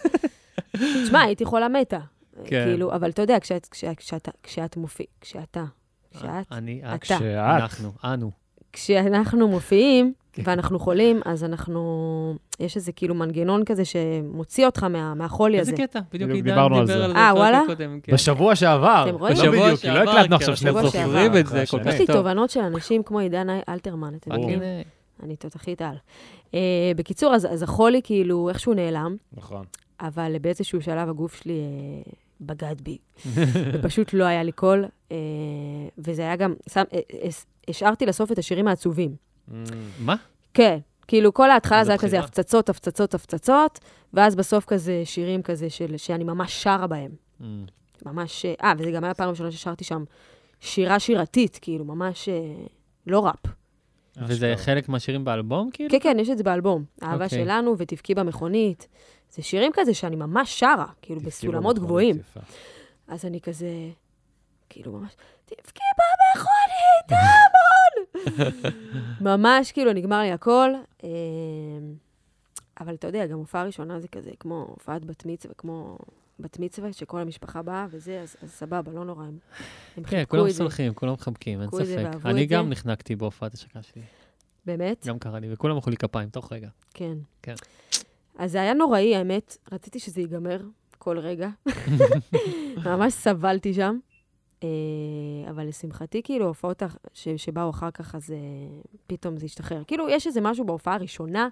H: תשמע, הייתי חולה מתה.
G: כן.
H: כאילו, אבל אתה יודע, כשאת- כשאת- כשאתה, כשאת מופיע, כשאתה, כשאת,
G: אה, אני, את,
H: אתה.
F: שאת,
G: אנחנו, אנו.
H: כשאנחנו מופיעים
G: כן.
H: ואנחנו חולים, אז אנחנו, יש איזה כאילו מנגנון כזה שמוציא אותך מה- מהחולי
G: איזה
H: הזה.
G: קטע, בדיוק
F: בדיוק
G: עידן
F: דיברנו על זה.
G: דיבר על זה.
H: אה,
G: בפרק
H: וואלה?
G: הקודם, כן.
F: בשבוע שעבר.
H: אתם רואים?
F: לא
G: בשבוע
F: בדיוק, כי לא
G: שעבר,
F: הקלטנו
G: כן,
F: עכשיו שני
H: בשבוע
F: פרקים.
H: שעבר.
G: את זה כל
F: אחרי
G: כך.
H: יש
F: השני.
H: לי
G: אוקיי, טוב.
H: תובנות של אנשים כמו עידן אלתרמן, אתם
G: פאקינג,
H: יודעים?
G: אה,
H: אני תותחית על. אה, בקיצור, אז אז החולי כאילו איכשהו נעלם,
F: נכון.
H: אבל באיזשהו שלב הגוף שלי אה, בגד בי. ופשוט לא היה לי קול, אה,
F: Mm.
H: וזה היה גם, שם- אה, אה, השארתי לסוף את השירים העצובים.
G: מה?
H: כן, כאילו, כל ההתחלה
G: אז
H: זה היה
G: הבחירה.
H: כזה הפצצות, הפצצות, הפצצות, ואז בסוף כזה שירים כזה של, שאני ממש שרה בהם.
G: אמ,
H: ממש... אה, וזה גם היה פעם ראשונה ששרתי שם שירה שירתית, כאילו, ממש אה, לא ראפ.
G: וזה חלק מהשירים באלבום, כאילו?
H: כן, כן, יש את זה באלבום. אהבה
G: אוקיי.
H: שלנו ותבכי במכונית. זה שירים כזה שאני ממש שרה, כאילו, בסולמות גבוהים. אז אני כזה, כאילו ממש, תבכי במכונית המון! ממש, כאילו, נגמר לי הכל. אמ, אבל אתה יודע, גם הופעה ראשונה זה כזה, כמו הופעת בת מצווה, כמו בת מצווה שכל המשפחה באה וזה, אז, אז סבבה, לא נורא, הם,
G: כן,
H: הם חיבקו
G: כולם
H: את זה.
G: סולחים, כולם מחבקים, אין
H: חיבקו את זה
G: ספק.
H: ואהבו
G: אני
H: את זה.
G: גם נחנקתי בהופעת השקה שלי,
H: באמת?
G: גם קרה לי, וכולם מחאו לי כפיים תוך רגע.
H: כן.
G: כן.
H: אז זה היה נוראי, האמת. רציתי שזה ייגמר כל רגע. ממש סבלתי שם. אה, אבל לשמחתי, כאילו, ההופעות הח- ש- שבאו אחר כך, אז אה, פתאום זה השתחרר. כאילו, יש איזה משהו בהופעה הראשונה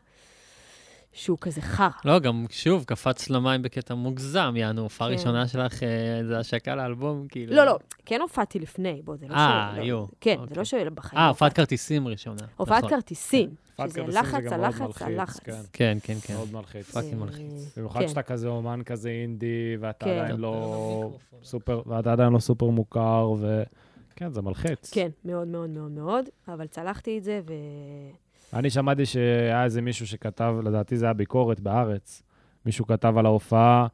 H: שהוא כזה חרא.
G: לא, גם שוב, קפץ למים בקטע מוגזם, יענו, הופעה
H: כן.
G: ראשונה שלך, אה, זה השקה לאלבום, כאילו.
H: לא, לא, כן הופעתי לפני, בוא, זה לא ש...
G: אה,
H: לא,
G: יו,
H: כן, זה
G: אוקיי.
H: לא שבחיים.
G: אה, הופעת כרטיסים ראשונה.
H: הופעת
G: נכון.
H: כרטיסים,
F: הופעת
H: שזה
F: כרטיסים זה
H: לחץ,
F: גם מאוד
H: הלחץ,
F: מלחיץ,
H: הלחץ.
F: כן.
G: כן, כן, כן.
F: מאוד מלחיץ.
G: פאקינג
H: אה,
G: מלחיץ.
F: במיוחד
H: כן.
F: שאתה כזה אומן כזה אינדי, ואתה
H: כן.
F: עדיין לא
G: טוב.
F: סופר, ואתה עדיין לא סופר מוכר, ו... כן, זה מלחיץ.
H: כן, מאוד מאוד מאוד מאוד, אבל צלחתי את זה, ו...
F: אני שמעתי שהיה איזה מישהו שכתב, לדעתי זה היה ביקורת בארץ, מישהו כתב על ההופעה.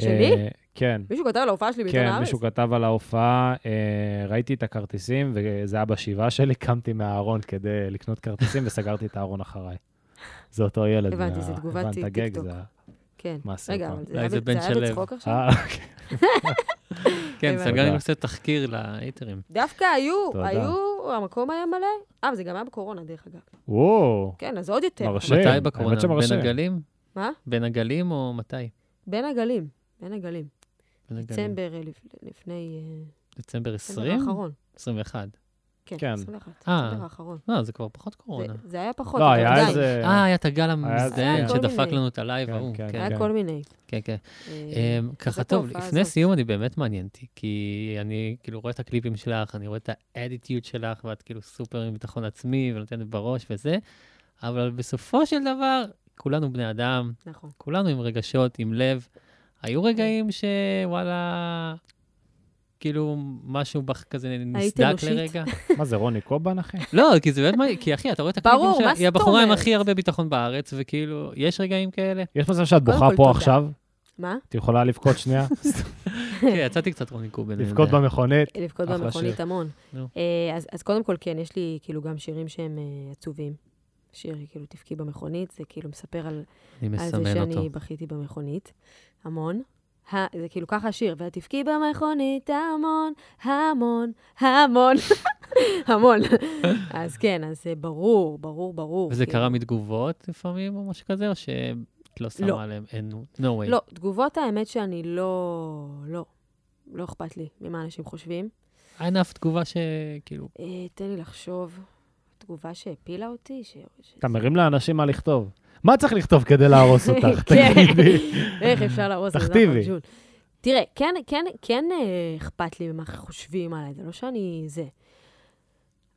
H: שלי?
F: אה, כן.
H: מישהו כתב על ההופעה שלי בעיתון
F: כן,
H: הארץ?
F: מישהו כתב על ההופעה, אה, ראיתי את הכרטיסים, וזה היה בשבעה שלי, קמתי מהארון כדי לקנות כרטיסים וסגרתי את הארון אחריי. זה אותו ילד.
H: הבנתי,
F: מה-
H: זה תגובת
F: הבנת
H: טיק-
F: הגג,
H: טיקטוק.
F: זה ה-
H: כן.
F: מה עשית
H: רגע,
F: פעם?
H: אבל זה
G: אולי
H: היה
G: זה
H: ב-
G: בן
H: זה היה
G: של
H: בצחוק עכשיו?
F: אה, אוקיי,
G: כן,
H: הבנתי.
G: סגרנו
F: תודה.
G: קצת תחקיר להייטרים.
H: דווקא היו,
F: תודה.
H: היו, המקום היה מלא. אה, זה גם היה בקורונה, דרך אגב.
F: וואו,
H: כן, אז עוד יותר.
F: מרשים.
G: מתי
F: האמת
G: בקורונה?
F: שמרשים.
G: בין הגלים?
H: מה?
G: בין הגלים או מתי?
H: בין הגלים, בין הגלים.
G: בין הגלים.
H: דצמבר אה, לפ- לפני... אה,
G: דצמבר
H: דצמבר
G: 20?
H: האחרון.
G: 21.
F: כן.
H: כן, 21.
G: אה.
H: דצמבר האחרון.
G: לא, זה כבר פחות
H: זה-
G: קורונה.
H: זה היה פחות,
F: לא,
H: אבל
F: היה
H: עדיין.
F: איזה...
G: אה, היה את הגל
F: היה איזה-
G: המזדיין
H: אה, כל
G: שדפק
H: מיני.
G: לנו את הלייב
F: כן,
G: ההוא.
F: כן,
G: כן,
H: היה כל מיני.
G: כן, כן.
H: אה,
G: אמ, ככה
H: זאת
G: טוב,
H: ההופעה
G: לפני
H: הזאת.
G: סיום אני באמת מעניין אותי, כי אני כאילו רואה את הקליפים שלך, אני רואה את האדיטיוד שלך, ואת כאילו סופר עם ביטחון עצמי ונותנת בראש וזה, אבל בסופו של דבר, כולנו בני אדם,
H: נכון.
G: כולנו עם רגשות, עם לב. היו רגעים שוואלה, כאילו משהו בך כזה
H: היית
G: נסדק
H: אנושית?
G: לרגע?
F: מה זה, רוני קובן, אחי?
G: לא, כי זה באמת, מעניין, כי אחי, אתה רואה את הקליפים
H: ברור,
G: שלה,
H: מה
G: היא
H: זאת
G: הבחורה עם
H: אומרת?
G: הכי הרבה ביטחון בארץ, וכאילו, יש רגעים כאלה?
F: יש מצב שאת
H: קודם
F: בוכה
H: כל,
F: פה
H: תודה.
F: עכשיו?
H: מה?
F: את יכולה לבכות שנייה?
G: כן, יצאתי קצת רוני קובל. אני
F: לבכות
G: יודע.
F: במכונית?
H: לבכות
F: אחלה
H: במכונית המון.
G: נו.
H: אה, אז, אז קודם כל, כן, יש לי כאילו גם שירים שהם אה, עצובים. שיר, כאילו, תבכי במכונית, זה כאילו מספר על
G: אני
H: על זה
G: מסמן
H: שאני
G: אותו.
H: בכיתי במכונית, המון. ה- זה כאילו ככה השיר, ותבכי במכונית המון, המון, המון, המון. אז כן, אז זה ברור, ברור, ברור.
G: וזה
H: כאילו.
G: קרה מתגובות לפעמים או משהו כזה, או שאת לא
H: לא.
G: שמה עליהם, אין, no way.
H: לא, תגובות האמת שאני לא, לא, לא אכפת לי ממה אנשים חושבים.
G: אין אף תגובה שכאילו,
H: אה, תן לי לחשוב, תגובה שהפילה אותי, ש... ש-
F: אתה מרים לאנשים מה לכתוב. מה צריך לכתוב כדי להרוס אותך?
H: כן.
F: תגידי.
H: איך אפשר להרוס את זה?
F: תכתיבי.
H: נחמן ג'ול. תראה, כן, כן, כן אה, אכפת לי ממה חושבים עליי, זה לא שאני זה.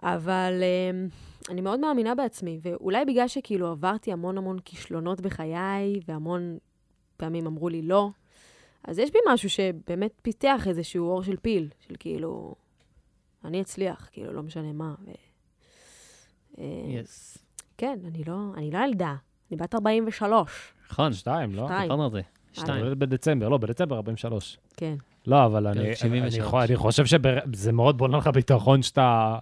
H: אבל אה, אני מאוד מאמינה בעצמי, ואולי בגלל שכאילו עברתי המון המון כישלונות בחיי, והמון פעמים אמרו לי לא, אז יש בי משהו שבאמת פיתח איזשהו אור של פיל, של כאילו, אני אצליח, כאילו, לא משנה מה. ו... אה,
G: יס.
H: כן, אני לא, אני לא ילדה, אני בת 43.
G: נכון,
F: שתיים, לא?
H: שתיים.
G: דיברנו על זה.
F: אני
G: שתיים.
F: נולדת בדצמבר, לא, בדצמבר 43.
H: כן.
F: לא, אבל אני, אני,
G: 73.
F: חו- אני חושב שזה מאוד בונה לך ביטחון שאתה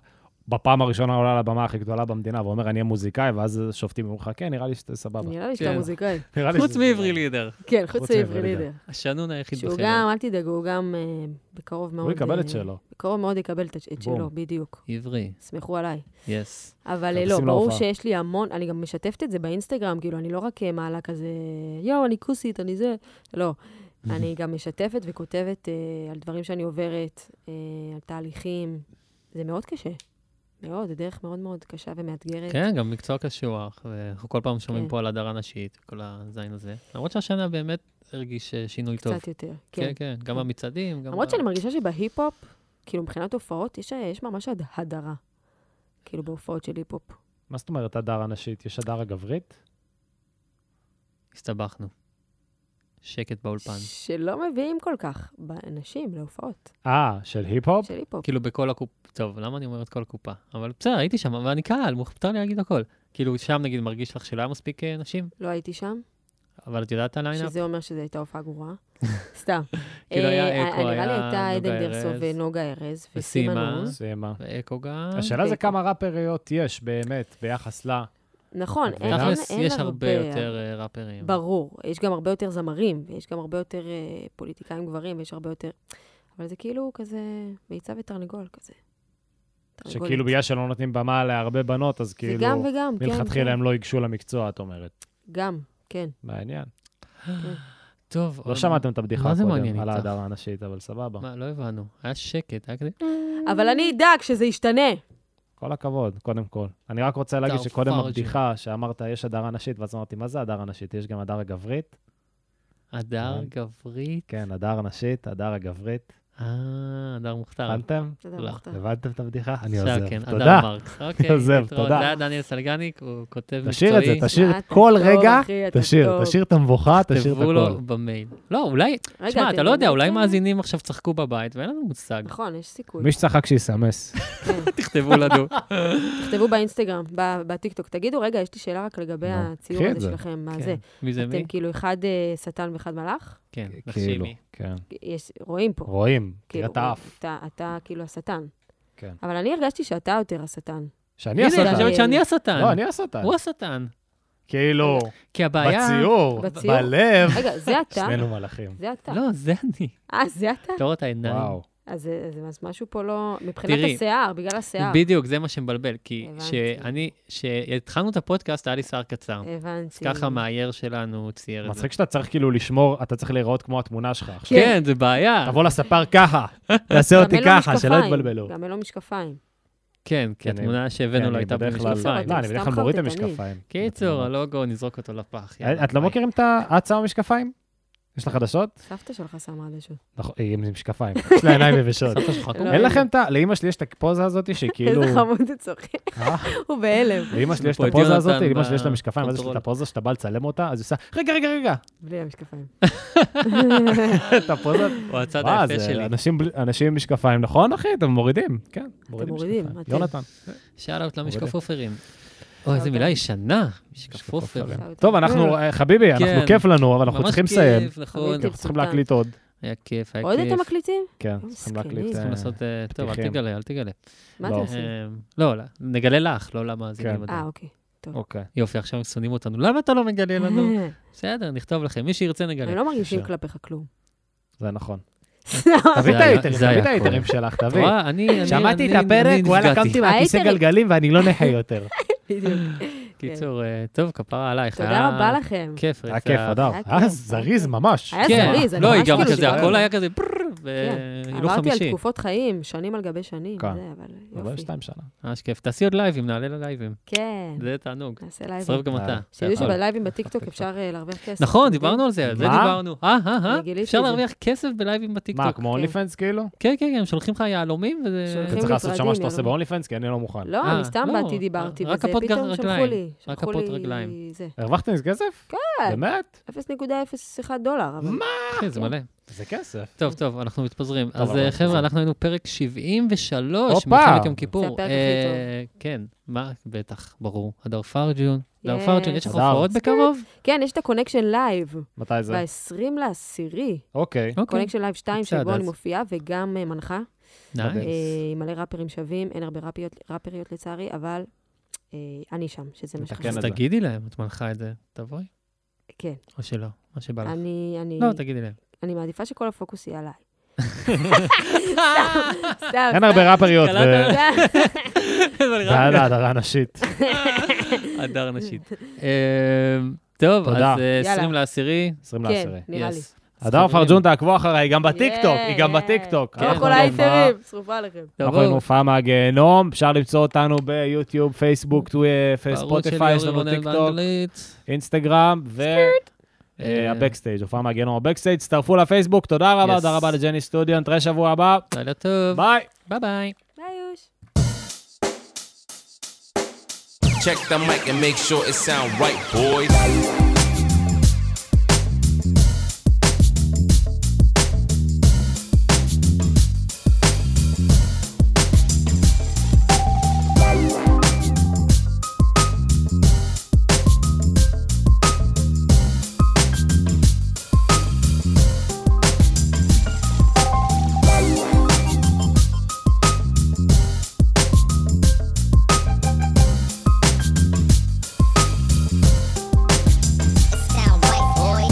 F: בפעם הראשונה עולה לבמה הכי גדולה במדינה ואומר, אני אהיה מוזיקאי, ואז שופטים אומרים לך, כן, נראה לי שאתה סבבה.
H: נראה לי
G: כן.
H: שאתה מוזיקאי.
F: נראה לי
G: חוץ
F: שזה-
G: מעברי לידר,
H: כן, חוץ
F: חוץ מעברי
H: מעברי לידר.
G: השנון היחיד
H: שהוא
G: בחדר.
H: גם, אל תדאגו, הוא גם אה, בקרוב מאוד...
F: הוא יקבל את
H: אה,
F: שלו.
H: בקרוב מאוד יקבל את את
F: בום.
H: שלו, בדיוק.
G: עברי,
H: סמכו עליי.
G: יס.
H: אבל אה,
F: כרטיסים
H: לא, ברור
F: להופעה.
H: שיש לי המון, אני גם משתפת את זה באינסטגרם, כאילו, אני לא רק אה, מעלה כזה, יואו, אני כוסית, אני זה, לא. אני גם משתפת וכותבת אה, על דברים שאני עוברת, אה, על תהליכים. זה מאוד קשה. מאוד, זו דרך מאוד מאוד קשה ומאתגרת.
G: כן, גם מקצוע קשוח, ואנחנו כל פעם שומעים
H: כן.
G: פה על הדרה נשית, כל הזין הזה. למרות שהשנה באמת הרגיש אה, שינוי טוב.
H: קצת יותר.
G: כן,
H: כן.
G: כן, גם במצעדים, גם...
H: למרות
G: ב-
H: שאני מרגישה שבהיפ-הופ, כאילו מבחינת הופעות, יש, יש ממש הד- הדרה. כאילו בהופעות של היפ-הופ.
F: מה זאת אומרת הדר הנשית? יש הדר הגברית?
G: הסתבכנו. שקט באולפן.
H: שלא מביאים כל כך נשים להופעות
F: אה, של היפ-הופ?
H: של היפ-הופ.
G: כאילו בכל הקופה, טוב, למה אני אומר את כל הקופה? אבל בסדר, הייתי שם, ואני קהל, מוכ- מותר לי להגיד הכל. כאילו, שם נגיד מרגיש לך שלא היה מספיק אה, נשים,
H: לא הייתי שם,
G: אבל את יודעת את הליינאפ?
H: שזה אומר שזו הייתה הופעה גרועה. סתם.
G: כאילו, היה
H: אה,
G: אקו,
H: נראה לי
G: היה
H: הייתה עדן
G: נוגה
H: גרסו
G: ארז.
H: ונוגה ארז
G: וסימה.
H: וסימה נור.
F: סיימה.
G: ואקו גם.
F: השאלה זה
H: והיפ-הופ.
F: כמה ראפריות יש באמת ביחס לה.
H: נכון, אין- אין
G: תכלס,
H: אין
G: יש הרבה יותר אה, ראפרים.
H: ברור, יש גם הרבה יותר זמרים, ויש גם הרבה יותר אה, פוליטיקאים גברים, ויש הרבה יותר... אבל זה כאילו כזה ביצה ותרנגול כזה. תרנגולת.
F: שכאילו בגלל שלא נותנים במה להרבה בנות, אז כאילו...
H: זה גם וגם, כן.
F: מלכתחילה
H: כן.
F: הם לא ייגשו למקצוע, את אומרת.
H: גם, כן.
F: מעניין.
G: טוב,
F: לא
G: עוד-
F: שמעתם את הבדיחה
G: אוקיי. מה זה
F: הקודם
G: מעניין
F: על
G: איתך?
F: ההדר הנשית, אבל סבבה.
G: מה, לא הבנו. היה שקט, היה כזה...
H: אה. אבל אני אדאג שזה ישתנה.
F: כל הכבוד, קודם כל. אני רק רוצה להגיד
G: אתה
F: שקודם
G: פרג'י.
F: הבדיחה, שאמרת, יש הדר הנשית, ואז אמרתי, מה זה הדר הנשית? יש גם הדר הגברית?
G: הדר
F: כן.
G: גברית.
F: כן, הדר הנשית, הדר הגברית.
G: אה, הדר מוכתר.
F: הבנתם?
H: תודה,
G: לא.
H: מוכתר.
F: הבנתם את הבדיחה? אני
G: עכשיו
F: עוזב.
G: כן,
F: תודה.
G: הדר מרקס. אוקיי,
F: עוזב,
G: להתראות.
F: תודה.
G: זה היה דניאל סלגניק, הוא כותב מקצועי.
F: תשאיר את זה, תשאיר
H: אה,
F: את
H: אתה
F: כל
H: טוב,
F: רגע,
H: אחי, אתה
F: תשאיר,
H: טוב.
F: תשאיר את המבוכה, תשאיר את
G: תכתבו
F: הכל.
G: לו במייל. לא, אולי,
H: רגע,
G: תשמע,
H: אתם
G: אתה לא יודע,
H: באמת,
G: אולי
H: אה,
G: מאזינים עכשיו צחקו בבית, ואין לנו מושג.
H: נכון, יש סיכוי.
F: מי שצחק שיסמס. כאילו.
G: תכתבו לנו.
H: תכתבו באינסטגרם, ב- בטיקטוק. תגידו, רגע, יש לי שאלה רק לגבי
F: נו,
H: הציור
F: קחי את
H: הזה
F: זה.
H: שלכם, מה
G: כן.
H: זה?
G: מי זה מי?
H: אתם כאילו אחד אה, שטן ואחד מלאך?
G: כן,
F: כאילו,
G: נחשימי.
F: כן.
H: יש- רואים פה.
F: רואים, תראה
H: כאילו,
F: את האף.
H: אתה- אתה כאילו השטן.
F: כן.
H: אבל אני הרגשתי שאתה יותר השטן.
F: שאני
G: הנה, אני
F: השטן.
G: חושבת שאני השטן.
F: לא, אני השטן.
G: הוא השטן.
F: כאילו,
G: כי הבעיה...
F: בציור,
H: בציור?
F: בלב.
H: רגע, זה אתה?
F: שנינו מלאכים.
H: זה אתה.
G: לא, זה אני.
H: אה, זה אתה?
G: אתה רואה את העיניים.
F: וואו.
H: אז זה זה מס- משהו פה לא... מבחינת
G: תראי,
H: השיער, בגלל השיער.
G: בדיוק, זה מה שמבלבל. כי
H: הבנתי.
G: כשאני, כשהתחלנו את הפודקאסט, היה לי שיער קצר.
H: אה,
G: אז
H: הבנתי.
G: ככה המאייר שלנו צייר את זה.
F: מצחיק שאתה צריך כאילו לשמור, אתה צריך להיראות כמו התמונה שלך. עכשיו.
G: כן, זה בעיה.
F: תבוא לספר ככה, תעשה
H: גם
F: אותי
H: אין לו
F: ככה, שלא
H: משקפיים,
F: יתבלבלו.
H: גם אין לו משקפיים.
G: כן, כי
F: כן,
G: התמונה
F: כן,
G: שהבאנו לא
F: אני
G: הייתה
F: בדרך כלל-
G: במשקפיים.
F: לא, אני בדרך כלל
H: סתם
F: מוריד את
H: חרטטני.
F: המשקפיים. אה,
G: קיצור, לא הלוגו, נזרוק אותו לפח. יאללה,
F: את לא
G: ביי.
F: מכירים את ההצעה במשקפיים? יש לך חדשות?
H: סבתא שלך שמה עדשות.
F: נכון, היא עם משקפיים. יש לה עיניים יבשות.
G: סבתא שלך
H: לא,
F: אין לכם את ה... לאימא שלי יש את הפוזה הזאת שכאילו...
H: איזה חמוד הוא צוחק.
F: אה?
H: הוא בהלם.
F: לאמא שלי יש את
G: פה את
F: הפוזה
G: יונתן
F: הזאת, לאמא שלי יש לה
G: בקונטרול.
F: משקפיים, ואז יש לה את הפוזה שאתה בא לצלם אותה, אז היא עושה, רגע, רגע, רגע,
H: בלי המשקפיים.
F: את הפוזה.
G: הוא הצד
F: מה,
G: היפה
F: זה
G: שלי.
F: אנשים בלי- אנשים עם משקפיים, נכון, אחי? אתם מורידים, כן.
H: מורידים,
F: משקפיים.
H: אתם.
F: יונתן.
G: שאלות
F: מורידה.
G: למשקפופרים. אוי, איזה מילה ישנה, משקפופרים.
H: אפשר יותר.
F: טוב, אנחנו, אה, חביבי, אנחנו
G: כן.
F: כיף לנו, אבל אנחנו צריכים לסיים.
G: ממש כיף, נכון.
H: אמיתי.
F: אנחנו צריכים
H: סולטן.
F: להקליט עוד.
G: היה כיף, היה
H: עוד
G: כיף.
H: אתם מקליטים?
F: כן,
H: אוי,
F: צריכים
H: מסכנים.
F: להקליט.
G: צריכים
F: אה,
G: לעשות... אה, טוב, אל
F: פתיחים.
G: תגלה, אל תגלה.
H: מה אתם
F: לא.
H: עושים?
G: אה, לא, לא, נגלה לך, לא למאזינים.
F: כן.
G: עדיין.
H: אה, אוקיי.
F: אוקיי.
G: יופי, עכשיו שונאים אותנו. למה אתה לא מגלה לנו? בסדר, נכתוב לכם. מי שירצה נגלה.
H: הם לא מרגישים
F: אפשר.
H: כלפיך כלום.
F: זה נכון. תביא את
G: היה-
F: האייטרים,
G: זה
F: תביא את
G: היה
F: האייטרים
G: כואב.
F: שלך,
G: את
F: תביא.
G: רואה, אני- אני-
F: אוקיי. שמעתי
G: אני-
F: את הפרק,
G: אני
F: וואלה,
G: נפגעתי.
F: קמתי מהכיסא
H: האייטרים.
F: גלגלים ואני לא נכה יותר.
H: בדיוק.
G: קיצור, אה, טוב, כפרה עלייך.
H: תודה
G: היה
H: רבה לכם.
G: כיף,
F: היה
G: רצה.
F: כיף, אדר.
H: היה
F: אה,
H: כיף.
F: זריז ממש.
H: היה
G: כן,
H: זריז, אני
G: לא, היא
H: ממש
G: גם
H: כאילו
G: כזה,
H: דיברנו.
G: הכל היה כזה, פרר,
H: כן,
G: והילוך
H: עברתי על
G: לא חמישי.
H: תקופות חיים, שנים על גבי שנים,
F: כן.
H: זה, אבל
F: אבל
H: יופי.
F: שתיים שנה.
G: ממש כיף. תעשי עוד לייבים, נעלה ללייבים.
H: כן,
G: זה תענוג.
H: נעשה לייבים.
G: תצטרף גם
F: אה,
G: אתה.
H: שידעו
G: אתה יכול.
H: שבלייבים בטיקטוק אפשר אה, להרוויח כסף.
G: נכון,
H: אתם
G: דיברנו על זה, על זה
F: מה?
G: דיברנו. אה, אה,
H: אני גיליתי
G: אה, אפשר
H: את זה.
G: להרוויח כסף בלייבים
F: מה,
G: בטיקטוק.
F: כמו אונלי פנס כאילו?
G: כן, כן, כן, שולחים לך יהלומים, וזה...
F: אתה
H: שולחים
F: צריך לעשות שם מה
H: נפרדים,
F: שאתה עושה
H: יאללה.
F: באונלי פנס, כי אני לא מוכן.
H: יודעים. לא,
G: אה,
H: אני סתם
G: לא,
H: באתי,
G: אה,
H: דיברתי,
G: רק
H: וזה
G: הפוד
H: פתאום שלחו
G: רגליים,
H: לי,
G: רק
H: שלחו
G: הפוד
H: לי
G: רגליים.
H: זה,
F: הרווחת מזה כסף? כן. באמת?
H: 0.01 דולר. אבל-
G: כן, זה מלא.
F: זה כסף.
G: טוב, טוב, אנחנו מתפזרים.
F: טוב,
G: אז
F: אבל
G: אה,
F: אנחנו
G: חבר'ה,
F: מתפזרים.
G: אנחנו היינו פרק 73,
F: הופה.
G: מלחמת יום כיפור.
H: זה הפרק הכי
G: אה, כן, מה, בטח, ברור. הדר פרג'ון. הדר
H: Yes.
G: פרג'ון, יש לך
F: הדר.
G: הופעות בקרוב?
H: כן, יש את הקונקשן לייב,
F: מתי זה?
H: ב-20 לעשירי.
F: אוקיי.
G: אוקיי,
H: קונקשן לייב 2,
G: בסדר,
H: שבו אני
G: אז-
H: מופיעה, וגם אה, מנחה.
F: אוקיי.
G: נייס.
H: אה, עם מלא ראפרים שווים, אין הרבה ראפיות- ראפריות לצערי, אבל אה, אני שם, שזה מה
F: מתקן
H: שחשוב.
G: אז
F: את זה.
G: תגידי להם, את מנחה את זה. תבואי,
H: כן,
G: או שלא, מה שבא לך.
H: אני, אני,
G: לא, תגידי להם.
H: אני מעדיפה שכל הפוקוס יהיה עליי. סתם, סתם.
F: אין הרבה ראפריות
G: אה, קלטת?
H: סתם.
F: בעד ההדרה הנשית.
G: הדר נשית. אה, טוב,
F: תודה.
G: אז אה,
H: יאללה.
G: 20 לעשירי.
F: 20
H: כן,
F: לעשירי.
H: נראה לי.
G: Yes.
F: הדר
G: חברים,
F: פרג'ון תעקבו אחריי, גם בטיקטוק,
H: Yeah,
F: היא גם
H: yeah.
F: בטיקטוק. אה, לא-
G: כן,
H: כמו לא כל
G: אבל-
H: האייטרים, שרופה עליכם.
F: אנחנו היינו
G: תבואו.
F: הופעה מהגיהנום, אפשר למצוא אותנו ביוטיוב, פייסבוק, טוויף,
G: בערוץ
F: ספוטיפיי, יש
G: של
F: לנו
G: יורי רונן
F: טיקטוק,
G: באנגלית.
F: אינסטגרם,
G: אה,
F: והבקסטייג', הופעה מהגיהנום הבקסטייג', הצטרפו לפייסבוק, תודה רבה,
G: Yes.
F: תודה רבה לג'ני סטודיו, נתראה שבוע הבא,
G: לילה טוב.
F: ביי.
G: ביי ביי.
H: ביי יוש.
E: Check the mic and make sure it sound right, boys.
I: Sound right, boy.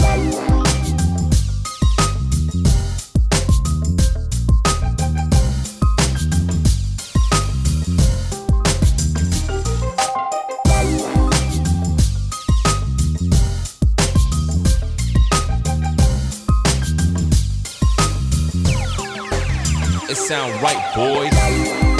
E: It sound right, boys.